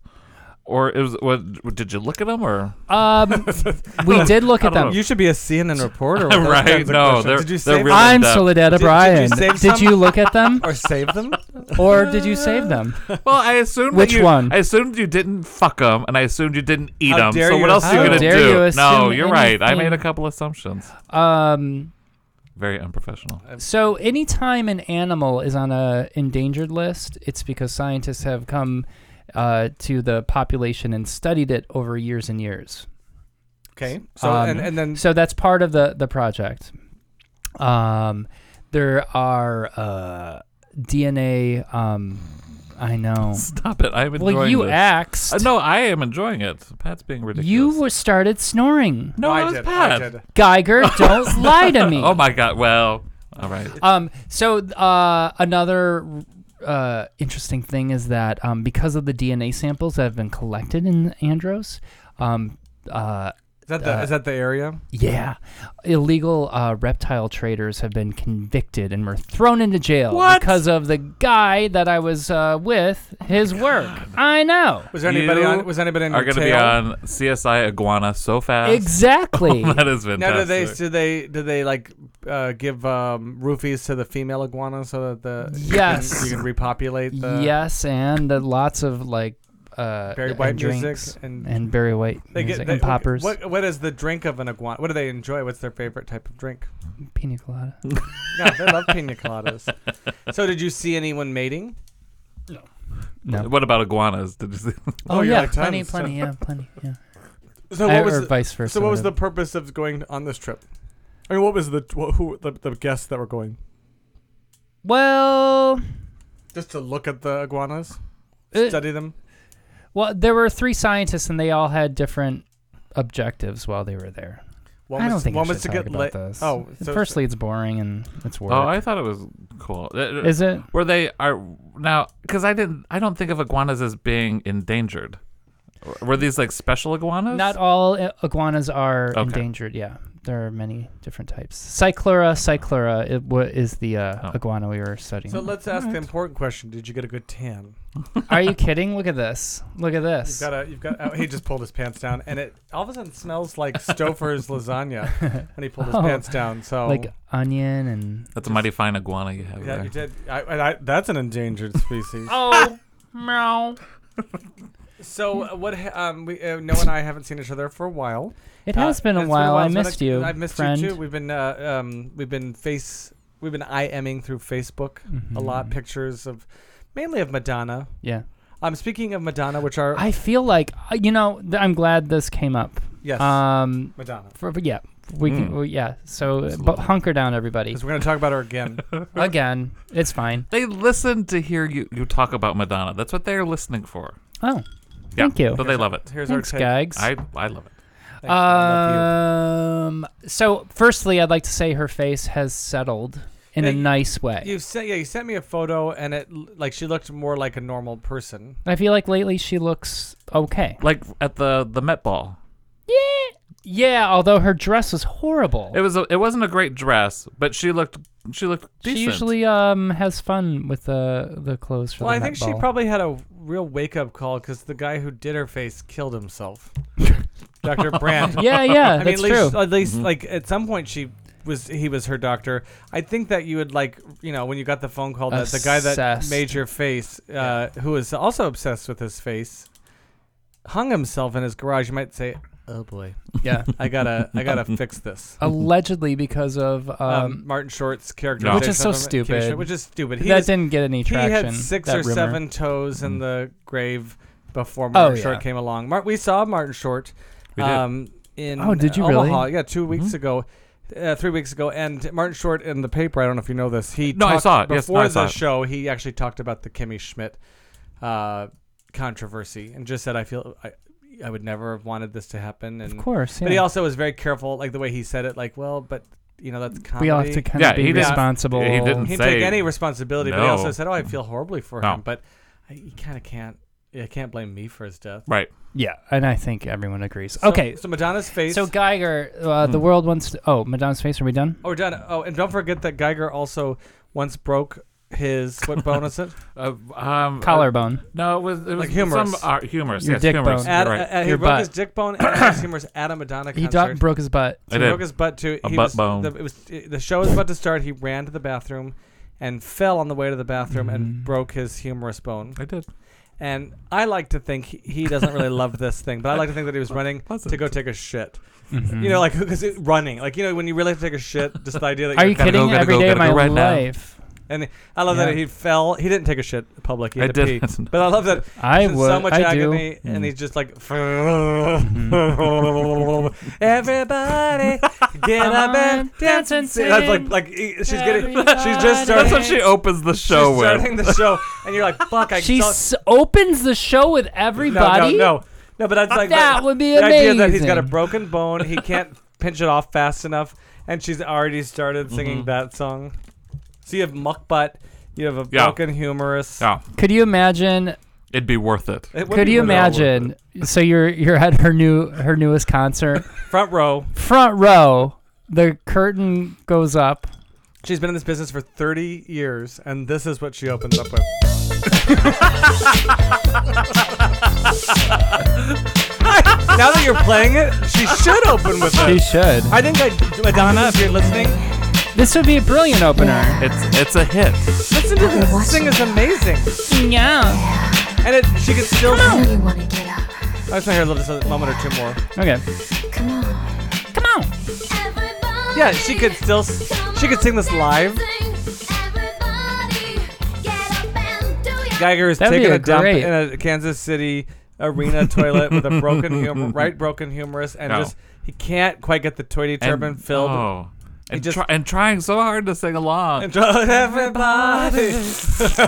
Speaker 3: or it was what? Did you look at them or?
Speaker 1: Um, we did look
Speaker 3: I
Speaker 1: at
Speaker 3: don't
Speaker 1: them.
Speaker 3: know.
Speaker 2: You should be a CNN reporter. With those
Speaker 3: Right,
Speaker 2: kinds of
Speaker 3: no,
Speaker 2: questions.
Speaker 3: they're-
Speaker 2: did you
Speaker 3: they're
Speaker 2: save
Speaker 3: really-
Speaker 1: I'm
Speaker 3: Did-
Speaker 1: Soledad
Speaker 2: did you
Speaker 1: O'Brien.
Speaker 2: save
Speaker 1: Did,
Speaker 2: some?
Speaker 1: you look at them,
Speaker 2: or save them?
Speaker 1: or did you save them?
Speaker 3: Well, I assumed
Speaker 1: Which
Speaker 3: that you,
Speaker 1: one?
Speaker 3: I assumed you didn't fuck them, and I assumed you didn't eat
Speaker 2: How
Speaker 3: them.
Speaker 2: dare
Speaker 3: So
Speaker 2: you
Speaker 3: what else are you
Speaker 1: assume-
Speaker 3: gonna
Speaker 1: How dare
Speaker 3: do?
Speaker 1: you
Speaker 3: no,
Speaker 1: assume
Speaker 3: you're right. I made a
Speaker 1: anything.
Speaker 3: couple assumptions.
Speaker 1: Um,
Speaker 3: Very unprofessional.
Speaker 1: So anytime an animal is on a endangered list, it's because scientists have come uh, to the population and studied it over years and years.
Speaker 2: Okay. So
Speaker 1: Um,
Speaker 2: and, and then
Speaker 1: So that's part of the the project. Um, there are uh, DNA. Um, I know.
Speaker 3: Stop it. I'm enjoying
Speaker 1: Well, you
Speaker 3: this.
Speaker 1: axed.
Speaker 3: Uh, no, I am enjoying it. Pat's being ridiculous.
Speaker 1: you were started snoring.
Speaker 3: No, it was Pat.
Speaker 1: Geiger, don't lie to me.
Speaker 3: Oh my god. Well, all right.
Speaker 1: um so uh another uh interesting thing is that um because of the dna samples that have been collected in andros um uh
Speaker 2: Is that the, is that the area?
Speaker 1: yeah illegal uh, reptile traders have been convicted and were thrown into jail
Speaker 3: What?
Speaker 1: because of the guy that i was uh with his work i know
Speaker 2: Was there anybody
Speaker 3: You
Speaker 2: on? Was anybody on
Speaker 3: Are
Speaker 2: your
Speaker 3: going to be
Speaker 2: tail?
Speaker 3: on CSI Iguana so
Speaker 2: Oh
Speaker 3: fast.
Speaker 1: exactly
Speaker 3: that is fantastic.
Speaker 2: Now, do they do they do they like uh, give um, roofies to the female iguana so that the you can-
Speaker 1: Yes.
Speaker 2: you can, repopulate the
Speaker 1: yes and uh, lots of like uh
Speaker 2: Barry
Speaker 1: and
Speaker 2: White music
Speaker 1: drinks
Speaker 2: and-
Speaker 1: and Barry White
Speaker 2: They
Speaker 1: music
Speaker 2: get
Speaker 1: and
Speaker 2: they-
Speaker 1: poppers
Speaker 2: What what is the drink of an iguana? What do they enjoy? What's their favorite type of drink?
Speaker 1: pina colada
Speaker 2: Yeah, they love pina coladas. So, did you see anyone mating?
Speaker 1: no
Speaker 3: What about iguanas? Did you see?
Speaker 2: Oh, you're
Speaker 1: yeah,
Speaker 2: like
Speaker 1: plenty,
Speaker 2: tons.
Speaker 1: plenty, yeah, plenty, yeah.
Speaker 2: So
Speaker 1: I-
Speaker 2: what
Speaker 1: or
Speaker 2: was the,
Speaker 1: vice versa.
Speaker 2: so what was the
Speaker 1: whatever.
Speaker 2: purpose of going on this trip? I mean, what was the wh- who the, the guests that were going?
Speaker 1: well?
Speaker 2: Just to look at the iguanas,
Speaker 1: Uh,
Speaker 2: study them.
Speaker 1: Well, there were three scientists, and they all had different objectives while they were there.
Speaker 2: One
Speaker 1: I don't
Speaker 2: was,
Speaker 1: think
Speaker 2: one
Speaker 1: I
Speaker 2: was
Speaker 1: should
Speaker 2: to
Speaker 1: talk
Speaker 2: get
Speaker 1: about
Speaker 2: laid.
Speaker 1: this.
Speaker 2: Oh, so-
Speaker 1: firstly, it's boring and it's work.
Speaker 3: Oh, I thought it was cool. Uh, uh,
Speaker 1: Is it?
Speaker 3: Were they are now? Because I didn't. I don't think of iguanas as being endangered. W- Were these like special iguanas?
Speaker 1: Not all i- iguanas are
Speaker 3: Okay.
Speaker 1: endangered. Yeah, there are many different types. Cyclura, cyclura it, wa is the uh,
Speaker 3: Oh.
Speaker 1: iguana we were studying.
Speaker 2: So let's ask the important question: Did you get a good tan?
Speaker 1: are you kidding? Look at this. Look at
Speaker 2: You've
Speaker 1: this.
Speaker 2: got a, you've got. Oh, he just pulled his pants down, and it all of a sudden smells like Stouffer's lasagna when he pulled his
Speaker 1: Oh.
Speaker 2: pants down. So
Speaker 1: like onion and
Speaker 3: That's a mighty fine iguana you have
Speaker 2: yeah,
Speaker 3: there.
Speaker 2: you did. I, and I, that's an endangered species.
Speaker 1: oh, meow.
Speaker 2: So uh, what? ha- Um, we uh, Noah and I haven't seen each other for a while.
Speaker 1: It has
Speaker 2: Uh,
Speaker 1: been a
Speaker 2: it's
Speaker 1: while. I
Speaker 2: It's been
Speaker 1: missed
Speaker 2: a-
Speaker 1: you.
Speaker 2: I've missed
Speaker 1: friend.
Speaker 2: you too. We've been uh, um, we've been face we've been IMing through Facebook a
Speaker 3: Mm-hmm.
Speaker 2: lot. Pictures of mainly of Madonna.
Speaker 1: Mm-hmm. Yeah.
Speaker 2: I'm um, speaking of Madonna, which are
Speaker 1: I feel like uh, you know. Th- I'm glad this came up.
Speaker 2: yes,
Speaker 3: uh,
Speaker 1: Um.
Speaker 2: Madonna.
Speaker 1: For but yeah, we can.
Speaker 3: Mm.
Speaker 1: we- yeah. So, uh, but
Speaker 3: Absolutely.
Speaker 1: hunker down, everybody.
Speaker 2: Because we're going to talk about her again.
Speaker 1: Again, it's fine.
Speaker 3: They listen to hear you, you talk about Madonna. That's what they're listening for.
Speaker 1: Oh,
Speaker 3: Yeah,
Speaker 1: thank you.
Speaker 3: So they love it.
Speaker 2: Here's
Speaker 1: Thanks,
Speaker 2: our take.
Speaker 1: Gags.
Speaker 3: I, I love it.
Speaker 2: Thank you. I love
Speaker 1: Um. So, firstly, I'd like to say her face has settled in
Speaker 2: Yeah,
Speaker 1: a
Speaker 2: you-
Speaker 1: nice way.
Speaker 2: you. you sent yeah you sent me a photo and it l- like she looked more like a normal person.
Speaker 1: I feel like lately she looks okay.
Speaker 3: Like at the the Met Ball.
Speaker 1: Yeah. Yeah, although her dress was horrible.
Speaker 3: It was a, it wasn't a great dress, but she looked she looked decent.
Speaker 1: she usually um has fun with the the clothes for
Speaker 2: Well,
Speaker 1: the
Speaker 2: I think she
Speaker 1: netball.
Speaker 2: probably had a real wake up call because the guy who did her face killed himself. Dr. Brandt.
Speaker 1: Yeah, yeah,
Speaker 2: I mean,
Speaker 1: that's
Speaker 2: at least, uh,
Speaker 1: true. Mm-hmm.
Speaker 2: At least, like at some point, she was he was her doctor. I think that you would like, you know, when you got the phone call that the guy that
Speaker 1: Obsessed.
Speaker 2: made your face, uh, who was also obsessed with his face, hung himself in his garage. You might say, "Oh boy,
Speaker 1: yeah.
Speaker 2: I gotta, I gotta fix this."
Speaker 1: Allegedly because of um,
Speaker 2: Um, Martin Short's character,
Speaker 3: Which
Speaker 1: is so stupid.
Speaker 2: Which is stupid. He
Speaker 1: that
Speaker 2: is-
Speaker 1: didn't get any traction.
Speaker 2: He had six
Speaker 1: that
Speaker 2: or
Speaker 1: rumor. Mm-hmm.
Speaker 2: seven toes in the grave before Martin
Speaker 1: Oh,
Speaker 2: Short
Speaker 1: yeah.
Speaker 2: came along. Mar- we saw Martin Short.
Speaker 3: We did.
Speaker 2: Um, in
Speaker 1: Oh, did you really? Mm-hmm.
Speaker 2: Omaha, Yeah, two weeks ago. Uh, three weeks ago, and Martin Short in the paper. I don't know if you know this. He
Speaker 3: No, I
Speaker 2: talked-
Speaker 3: saw it. Yes, no,
Speaker 2: before
Speaker 3: I saw
Speaker 2: the
Speaker 3: it.
Speaker 2: show. He actually talked about the Kimmy Schmidt uh, controversy and just said, "I feel I, I would never have wanted this to happen." And
Speaker 1: Of course, yeah.
Speaker 2: but he also was very careful, like the way he said it. Like, well, but you know that's comedy
Speaker 1: we all have to kind
Speaker 3: Yeah,
Speaker 1: of be
Speaker 3: he didn't-
Speaker 1: responsible.
Speaker 3: he didn't-
Speaker 2: he didn't
Speaker 3: say-
Speaker 2: take any responsibility, but he also
Speaker 3: No.
Speaker 2: said, "Oh, I feel horribly for
Speaker 3: No.
Speaker 2: him." But I, you kind of can't. I can't blame me for his death.
Speaker 3: right.
Speaker 1: Yeah, and I think everyone agrees.
Speaker 2: So-
Speaker 1: okay,
Speaker 2: So, Madonna's face.
Speaker 1: so Geiger, uh, the world wants. To, oh, Madonna's face. Are we done?
Speaker 2: oh, Madonna. Oh, and don't forget that Geiger also once broke his what bone is it?
Speaker 3: Uh, um,
Speaker 1: Collarbone.
Speaker 3: no, it was, it was
Speaker 2: Like humorous.
Speaker 3: Some art, humorous.
Speaker 1: Your
Speaker 3: yes,
Speaker 1: dick
Speaker 3: humorous.
Speaker 1: bone.
Speaker 3: You're
Speaker 2: At,
Speaker 3: right.
Speaker 2: uh, he
Speaker 1: Your
Speaker 2: broke
Speaker 1: butt.
Speaker 2: his dick bone and his humorous at a Madonna concert.
Speaker 1: he do- broke his butt.
Speaker 3: I
Speaker 2: He
Speaker 3: did.
Speaker 2: broke his butt too.
Speaker 3: A
Speaker 2: he
Speaker 3: butt
Speaker 2: was,
Speaker 3: bone.
Speaker 2: The, it was the show was about to start. He ran to the bathroom. And fell on the way to the bathroom
Speaker 1: Mm-hmm.
Speaker 2: and broke his humerus bone.
Speaker 3: I did.
Speaker 2: And I like to think he, he doesn't really love this thing, but I like to think that he was running to go take a shit.
Speaker 1: Mm-hmm.
Speaker 2: You know, like because running, like you know, when you really have to take a shit, just the idea that
Speaker 1: Are
Speaker 2: you're
Speaker 1: you
Speaker 3: Gotta
Speaker 1: kidding?
Speaker 3: go,
Speaker 1: Every day
Speaker 3: gotta go,
Speaker 1: of my
Speaker 3: gotta go right now.
Speaker 1: life,
Speaker 2: And I love that
Speaker 1: Yeah.
Speaker 2: he fell. He didn't take a shit public. He had
Speaker 3: I
Speaker 2: to
Speaker 3: didn't.
Speaker 2: pee. But I love that.
Speaker 1: I
Speaker 2: he's in
Speaker 1: would.
Speaker 2: so much
Speaker 1: I do. Mm-hmm.
Speaker 2: agony, and he's just like, everybody get up and dance and sing. That's like, like he- she's getting, she's just
Speaker 1: Everybody.
Speaker 2: starting.
Speaker 3: That's what she opens the
Speaker 2: she's
Speaker 3: show with.
Speaker 2: starting the show, and you're like, fuck, I
Speaker 1: She
Speaker 2: saw-
Speaker 1: s- opens the show with everybody.
Speaker 2: No, no, no. No, but that's like
Speaker 1: That
Speaker 2: the,
Speaker 1: would be
Speaker 2: the idea that he's got a
Speaker 1: amazing.
Speaker 2: broken bone. He can't pinch it off fast enough, and she's already started
Speaker 1: Mm-hmm.
Speaker 2: singing that song. So you have muck butt. You have a
Speaker 3: Yeah.
Speaker 2: broken humerus.
Speaker 3: Yeah,
Speaker 1: Could you imagine?
Speaker 3: it'd be worth it.
Speaker 2: It would
Speaker 1: Could
Speaker 2: be
Speaker 1: you
Speaker 2: worth it.
Speaker 1: imagine? So you're you're at her new her newest concert,
Speaker 2: Front row.
Speaker 1: front row. The curtain goes up.
Speaker 2: She's been in this business for 30 years, and this is what she opens up with. now that you're playing it, she should open with
Speaker 1: She
Speaker 2: it.
Speaker 1: should.
Speaker 2: I think I, Madonna, if you're listening,
Speaker 1: This would be a brilliant opener.
Speaker 3: It's it's a hit.
Speaker 2: listen to this. This thing is amazing.
Speaker 1: Yeah.
Speaker 2: And it, she could still.
Speaker 4: I know you want to get up.
Speaker 2: I just want to hear a little- just a moment or two more.
Speaker 1: Okay.
Speaker 4: Come on.
Speaker 1: Come on.
Speaker 4: Everybody,
Speaker 2: Yeah, she could still. s- She could sing this live.
Speaker 4: Everybody, get up and do your
Speaker 2: Geiger is
Speaker 1: That'd be
Speaker 2: taking a
Speaker 1: a
Speaker 2: dump
Speaker 1: great-
Speaker 2: in a Kansas City arena toilet with a broken humor, right broken humerus, and
Speaker 3: No.
Speaker 2: just he can't quite get the toity turban
Speaker 3: and,
Speaker 2: filled.
Speaker 3: Oh. And,
Speaker 2: just-
Speaker 3: try, and trying so hard to sing along.
Speaker 2: And draw everybody.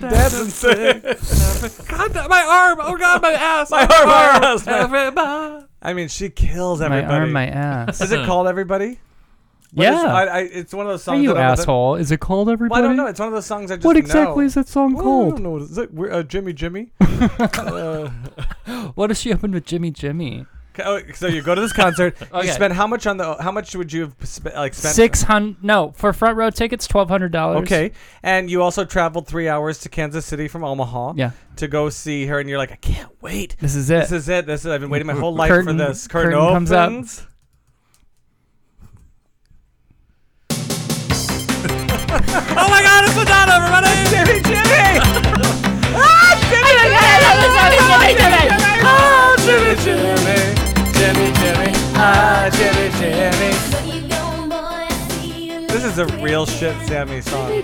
Speaker 2: That's insane.
Speaker 3: God, that- my arm! Oh God, my ass!
Speaker 2: My arm, my ass, my-
Speaker 3: Everybody.
Speaker 2: I mean, she kills
Speaker 1: My
Speaker 2: everybody.
Speaker 1: arm, my ass.
Speaker 2: is it
Speaker 3: Uh.
Speaker 2: called Everybody? What is-
Speaker 1: yeah.
Speaker 2: I, I, it's one of those
Speaker 1: Are
Speaker 2: songs.
Speaker 1: you
Speaker 2: that I wasn't-
Speaker 1: asshole? Is it cold,
Speaker 2: Well,
Speaker 1: everybody?
Speaker 2: I don't know. It's one of those songs I just
Speaker 1: What
Speaker 2: know.
Speaker 1: exactly is that song
Speaker 2: Oh, I
Speaker 1: called?
Speaker 2: don't know. What is it? We're, uh, Jimmy Jimmy. uh,
Speaker 1: What if she opened with Jimmy Jimmy?
Speaker 2: Okay, oh, so you go to this concert.
Speaker 1: Okay.
Speaker 2: You spend how much on the? How much would you have sp- like spent?
Speaker 1: Six hundred? No, for front row tickets, twelve hundred dollars.
Speaker 2: Okay, and you also traveled three hours to Kansas City from Omaha.
Speaker 1: Yeah.
Speaker 2: To go see her, and you're like, I can't wait.
Speaker 1: This is it.
Speaker 2: This is it. This is. I've been waiting my whole life for
Speaker 1: Curtain-
Speaker 2: this. Curtain,
Speaker 1: curtain comes up.
Speaker 2: opens.
Speaker 3: Oh my God, it's Madonna, everybody!
Speaker 2: Jimmy, Jimmy. Oh, Jimmy, Jimmy. Jimmy, Jimmy. Ah, Jimmy, Jimmy. This is a real shit Sammy song.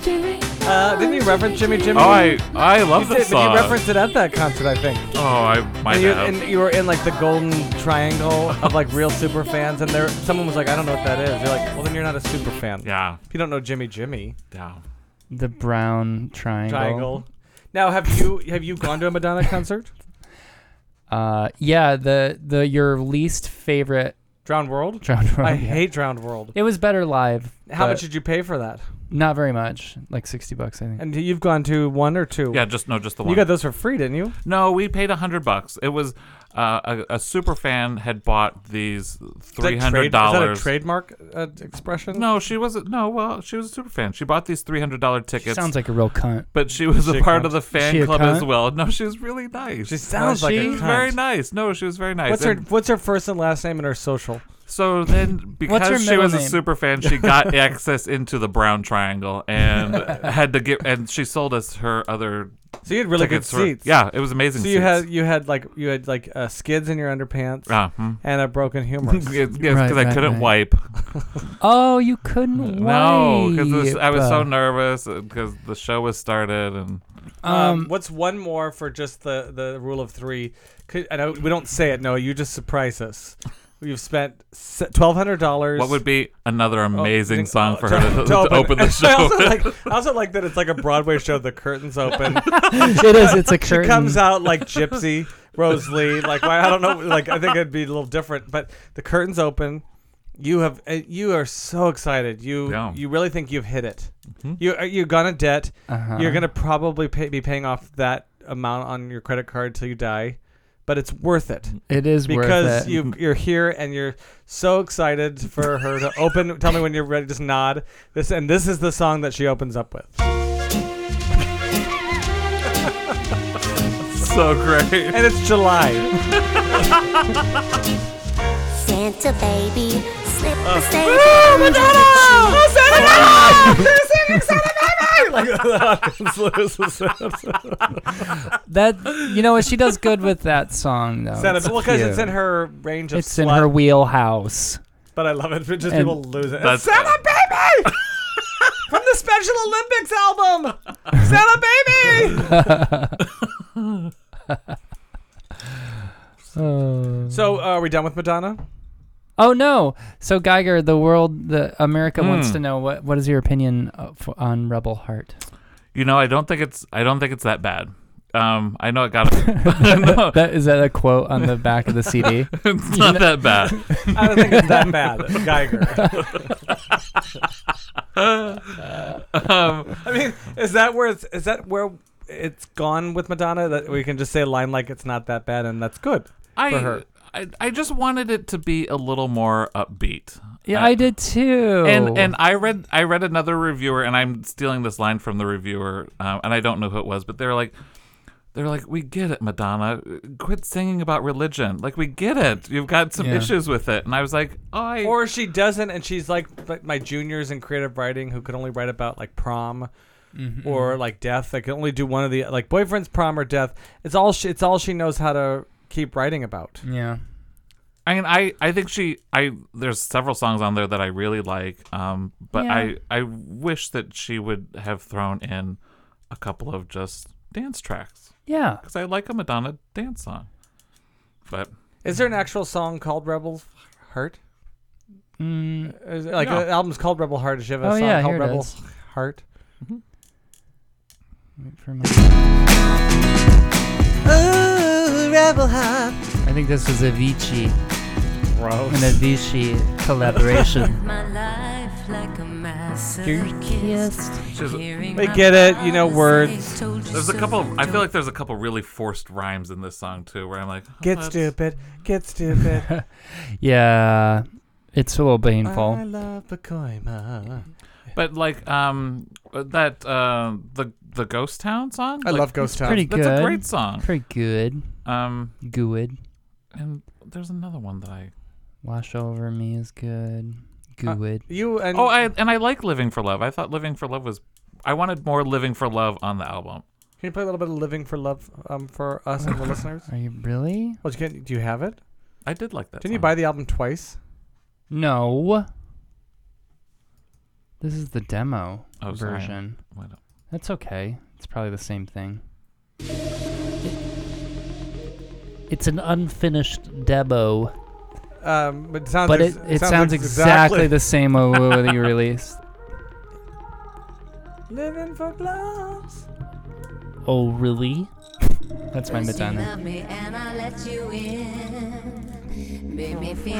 Speaker 2: Uh, didn't you reference Jimmy Jimmy?
Speaker 3: Oh, I I
Speaker 2: you
Speaker 3: love this
Speaker 2: did, but
Speaker 3: song.
Speaker 2: you referenced it at that concert, I think.
Speaker 3: oh, I might
Speaker 2: And you,
Speaker 3: have.
Speaker 2: and you were in like the golden triangle of like real super fans, and there someone was like, "I don't know what that is." You're like, "Well, then you're not a super fan."
Speaker 3: yeah,
Speaker 2: If you don't know Jimmy Jimmy
Speaker 3: yeah.
Speaker 1: The brown triangle.
Speaker 2: triangle. Now, have you have you gone to a Madonna concert?
Speaker 1: Uh, yeah. The the your least favorite
Speaker 2: Drowned World.
Speaker 1: drowned.
Speaker 2: I
Speaker 1: World.
Speaker 2: hate Drowned World.
Speaker 1: It was better live.
Speaker 2: How
Speaker 3: But-
Speaker 2: much did you pay for that?
Speaker 1: Not very much, like sixty bucks, I think.
Speaker 2: And you've gone to one or two.
Speaker 3: Yeah, just no, just the one.
Speaker 2: You got those for free, didn't you?
Speaker 3: No, we paid a hundred bucks. It was uh, a, a super fan had bought
Speaker 2: Is
Speaker 3: these
Speaker 2: that
Speaker 3: three
Speaker 2: trade-
Speaker 3: hundred
Speaker 2: Is that a
Speaker 3: dollars.
Speaker 2: trademark uh, expression?
Speaker 3: No, she wasn't. No, well, she was a super fan. She bought these three hundred dollar tickets.
Speaker 1: Sounds like a real cunt.
Speaker 3: but she was
Speaker 2: She
Speaker 3: a
Speaker 2: a
Speaker 3: part
Speaker 2: cunt?
Speaker 3: of the fan
Speaker 1: She a
Speaker 3: club as
Speaker 1: cunt?
Speaker 3: well. No, she was really nice.
Speaker 2: She sounds like
Speaker 1: she?
Speaker 2: a
Speaker 3: She was
Speaker 2: cunt.
Speaker 3: very nice. No, she was very nice.
Speaker 2: What's her
Speaker 3: And
Speaker 2: What's her first and last name and her social?
Speaker 3: so then,
Speaker 1: her
Speaker 3: because she
Speaker 1: middle
Speaker 3: was a
Speaker 1: name?
Speaker 3: super fan, she got access into the brown triangle and had to get. And she sold us her other
Speaker 2: So you had really good
Speaker 3: tickets. for-
Speaker 2: seats.
Speaker 3: yeah, it was amazing.
Speaker 2: So you
Speaker 3: seats.
Speaker 2: had you had like you had like uh, skids in your underpants
Speaker 3: Uh, hmm.
Speaker 2: and a broken
Speaker 3: yes,
Speaker 2: humerus.
Speaker 3: because
Speaker 1: Right,
Speaker 3: I
Speaker 1: right,
Speaker 3: couldn't
Speaker 1: right.
Speaker 3: wipe.
Speaker 1: Oh, you couldn't.
Speaker 3: No, because I was so
Speaker 1: wipe.
Speaker 3: nervous because the show was started and
Speaker 2: Um,
Speaker 1: Um,
Speaker 2: what's one more for just the, the rule of three? Could, I know we don't say it. No, you just surprise us. You've spent twelve hundred dollars.
Speaker 3: what would be another amazing
Speaker 2: Oh,
Speaker 3: song for
Speaker 2: to-
Speaker 3: her to,
Speaker 2: to
Speaker 3: to open the
Speaker 2: I
Speaker 3: show?
Speaker 2: also like, I also like that it's like a Broadway show. The curtains open.
Speaker 1: it is. It's a curtain.
Speaker 2: She comes out like Gypsy Rose Lee. Like why? I don't know. Like I think it'd be a little different. But the curtains open. You have uh, you are so excited. You
Speaker 3: Yeah.
Speaker 2: you really think you've hit it.
Speaker 3: Mhm.
Speaker 2: You uh, you've gone in debt.
Speaker 1: Uh-huh.
Speaker 2: You're gonna probably pay, be paying off that amount on your credit card till you die, but it's worth it
Speaker 1: It is
Speaker 2: because
Speaker 1: worth it.
Speaker 2: you you're here and you're so excited for her to open. Tell me when you're ready. Just nod. This and this is the song that she opens up with.
Speaker 3: so great.
Speaker 2: and it's July.
Speaker 5: Santa baby, slip the stage. Oh,
Speaker 1: that you know what she does good with that song though.
Speaker 2: Santa,
Speaker 1: It's
Speaker 2: well, because it's
Speaker 1: cute.
Speaker 2: in her range of
Speaker 1: It's in
Speaker 2: slut,
Speaker 1: her wheelhouse.
Speaker 2: But I love it. But just
Speaker 1: And-
Speaker 2: people lose it.
Speaker 3: That's-
Speaker 2: Santa baby from the Special Olympics album. Santa baby.
Speaker 1: Oh.
Speaker 2: so uh, are we done with Madonna?
Speaker 1: Oh no! So Geiger, the world, the America wants
Speaker 3: Hmm.
Speaker 1: to know what what is your opinion of, on Rebel Heart?
Speaker 3: You know, I don't think it's I don't think it's that bad. Um, I know it got no,
Speaker 1: That is that a quote on the back of the CD?
Speaker 3: it's not that bad.
Speaker 2: I don't think it's that bad, Geiger.
Speaker 3: Um,
Speaker 2: I mean, is that where it's, is that where it's gone with Madonna? That we can just say a line like it's not that bad, and that's good. For
Speaker 3: I,
Speaker 2: her.
Speaker 3: I I just wanted it to be a little more upbeat.
Speaker 1: Yeah,
Speaker 3: I-
Speaker 1: I did too.
Speaker 3: And and I read I read another reviewer, and I'm stealing this line from the reviewer, um, and I don't know who it was, but they're like, they're like, we get it, Madonna, quit singing about religion. Like we get it, you've got some
Speaker 1: Yeah.
Speaker 3: issues with it, and I was like, I
Speaker 2: Or she doesn't, and she's like but my juniors in creative writing who could only write about like prom
Speaker 1: Mm-hmm.
Speaker 2: or like death. They can only do one of the like boyfriend's prom or death. It's all she, it's all she knows how to keep writing about.
Speaker 1: yeah,
Speaker 3: I mean, I, I think she I there's several songs on there that I really like, um, but
Speaker 1: Yeah.
Speaker 3: I I wish that she would have thrown in a couple of just dance tracks
Speaker 1: yeah.
Speaker 3: because I like a Madonna dance song, but
Speaker 2: Is
Speaker 1: Mm-hmm.
Speaker 2: there an actual song called Rebel Heart?
Speaker 1: Mm,
Speaker 2: Is it, like
Speaker 3: No.
Speaker 2: the album's called Rebel Heart. Does she have a
Speaker 1: Oh,
Speaker 2: song
Speaker 1: yeah,
Speaker 2: called
Speaker 1: here it
Speaker 2: Rebel
Speaker 1: is.
Speaker 2: Heart?
Speaker 1: wait for a moment.
Speaker 2: Oh, Rebel Heart.
Speaker 1: I think this is a Avicii, an
Speaker 2: Gross.
Speaker 1: Avicii collaboration.
Speaker 6: My life like a massive
Speaker 3: she's,
Speaker 2: We get it. You know words.
Speaker 3: there's a couple. I feel like there's a couple really forced rhymes in this song too, where I'm like, oh,
Speaker 2: Get
Speaker 3: that's-
Speaker 2: stupid. Get stupid.
Speaker 1: yeah, it's a little painful.
Speaker 2: I love Pacoima.
Speaker 3: But like um that uh, the the Ghost Town song.
Speaker 2: I
Speaker 3: Like,
Speaker 2: love Ghost Town.
Speaker 1: pretty
Speaker 3: Uh, That's
Speaker 1: good.
Speaker 3: a great song.
Speaker 1: Pretty good.
Speaker 3: Um,
Speaker 1: Good.
Speaker 3: and there's another one that I
Speaker 1: Wash over me is good.
Speaker 3: Uh,
Speaker 1: Good.
Speaker 2: You and
Speaker 3: Oh, I, and I like Living for Love. I thought Living for Love was. I wanted more Living for Love on the album.
Speaker 2: Can you play a little bit of "Living for Love" um, for us and the listeners?
Speaker 1: Are you really?
Speaker 2: Well, you can, do you have it?
Speaker 3: I did like that.
Speaker 2: Didn't you
Speaker 3: song.
Speaker 2: buy the album twice?
Speaker 1: No. This is the demo
Speaker 3: Oh, sorry.
Speaker 1: version.
Speaker 3: Why not?
Speaker 1: That's okay. It's probably the same thing. It's an unfinished demo,
Speaker 2: Um, but it sounds.
Speaker 1: but
Speaker 2: ex-
Speaker 1: it, it sounds exactly the same as what you released.
Speaker 2: "Living for Love."
Speaker 1: Oh, really? That's my Madonna.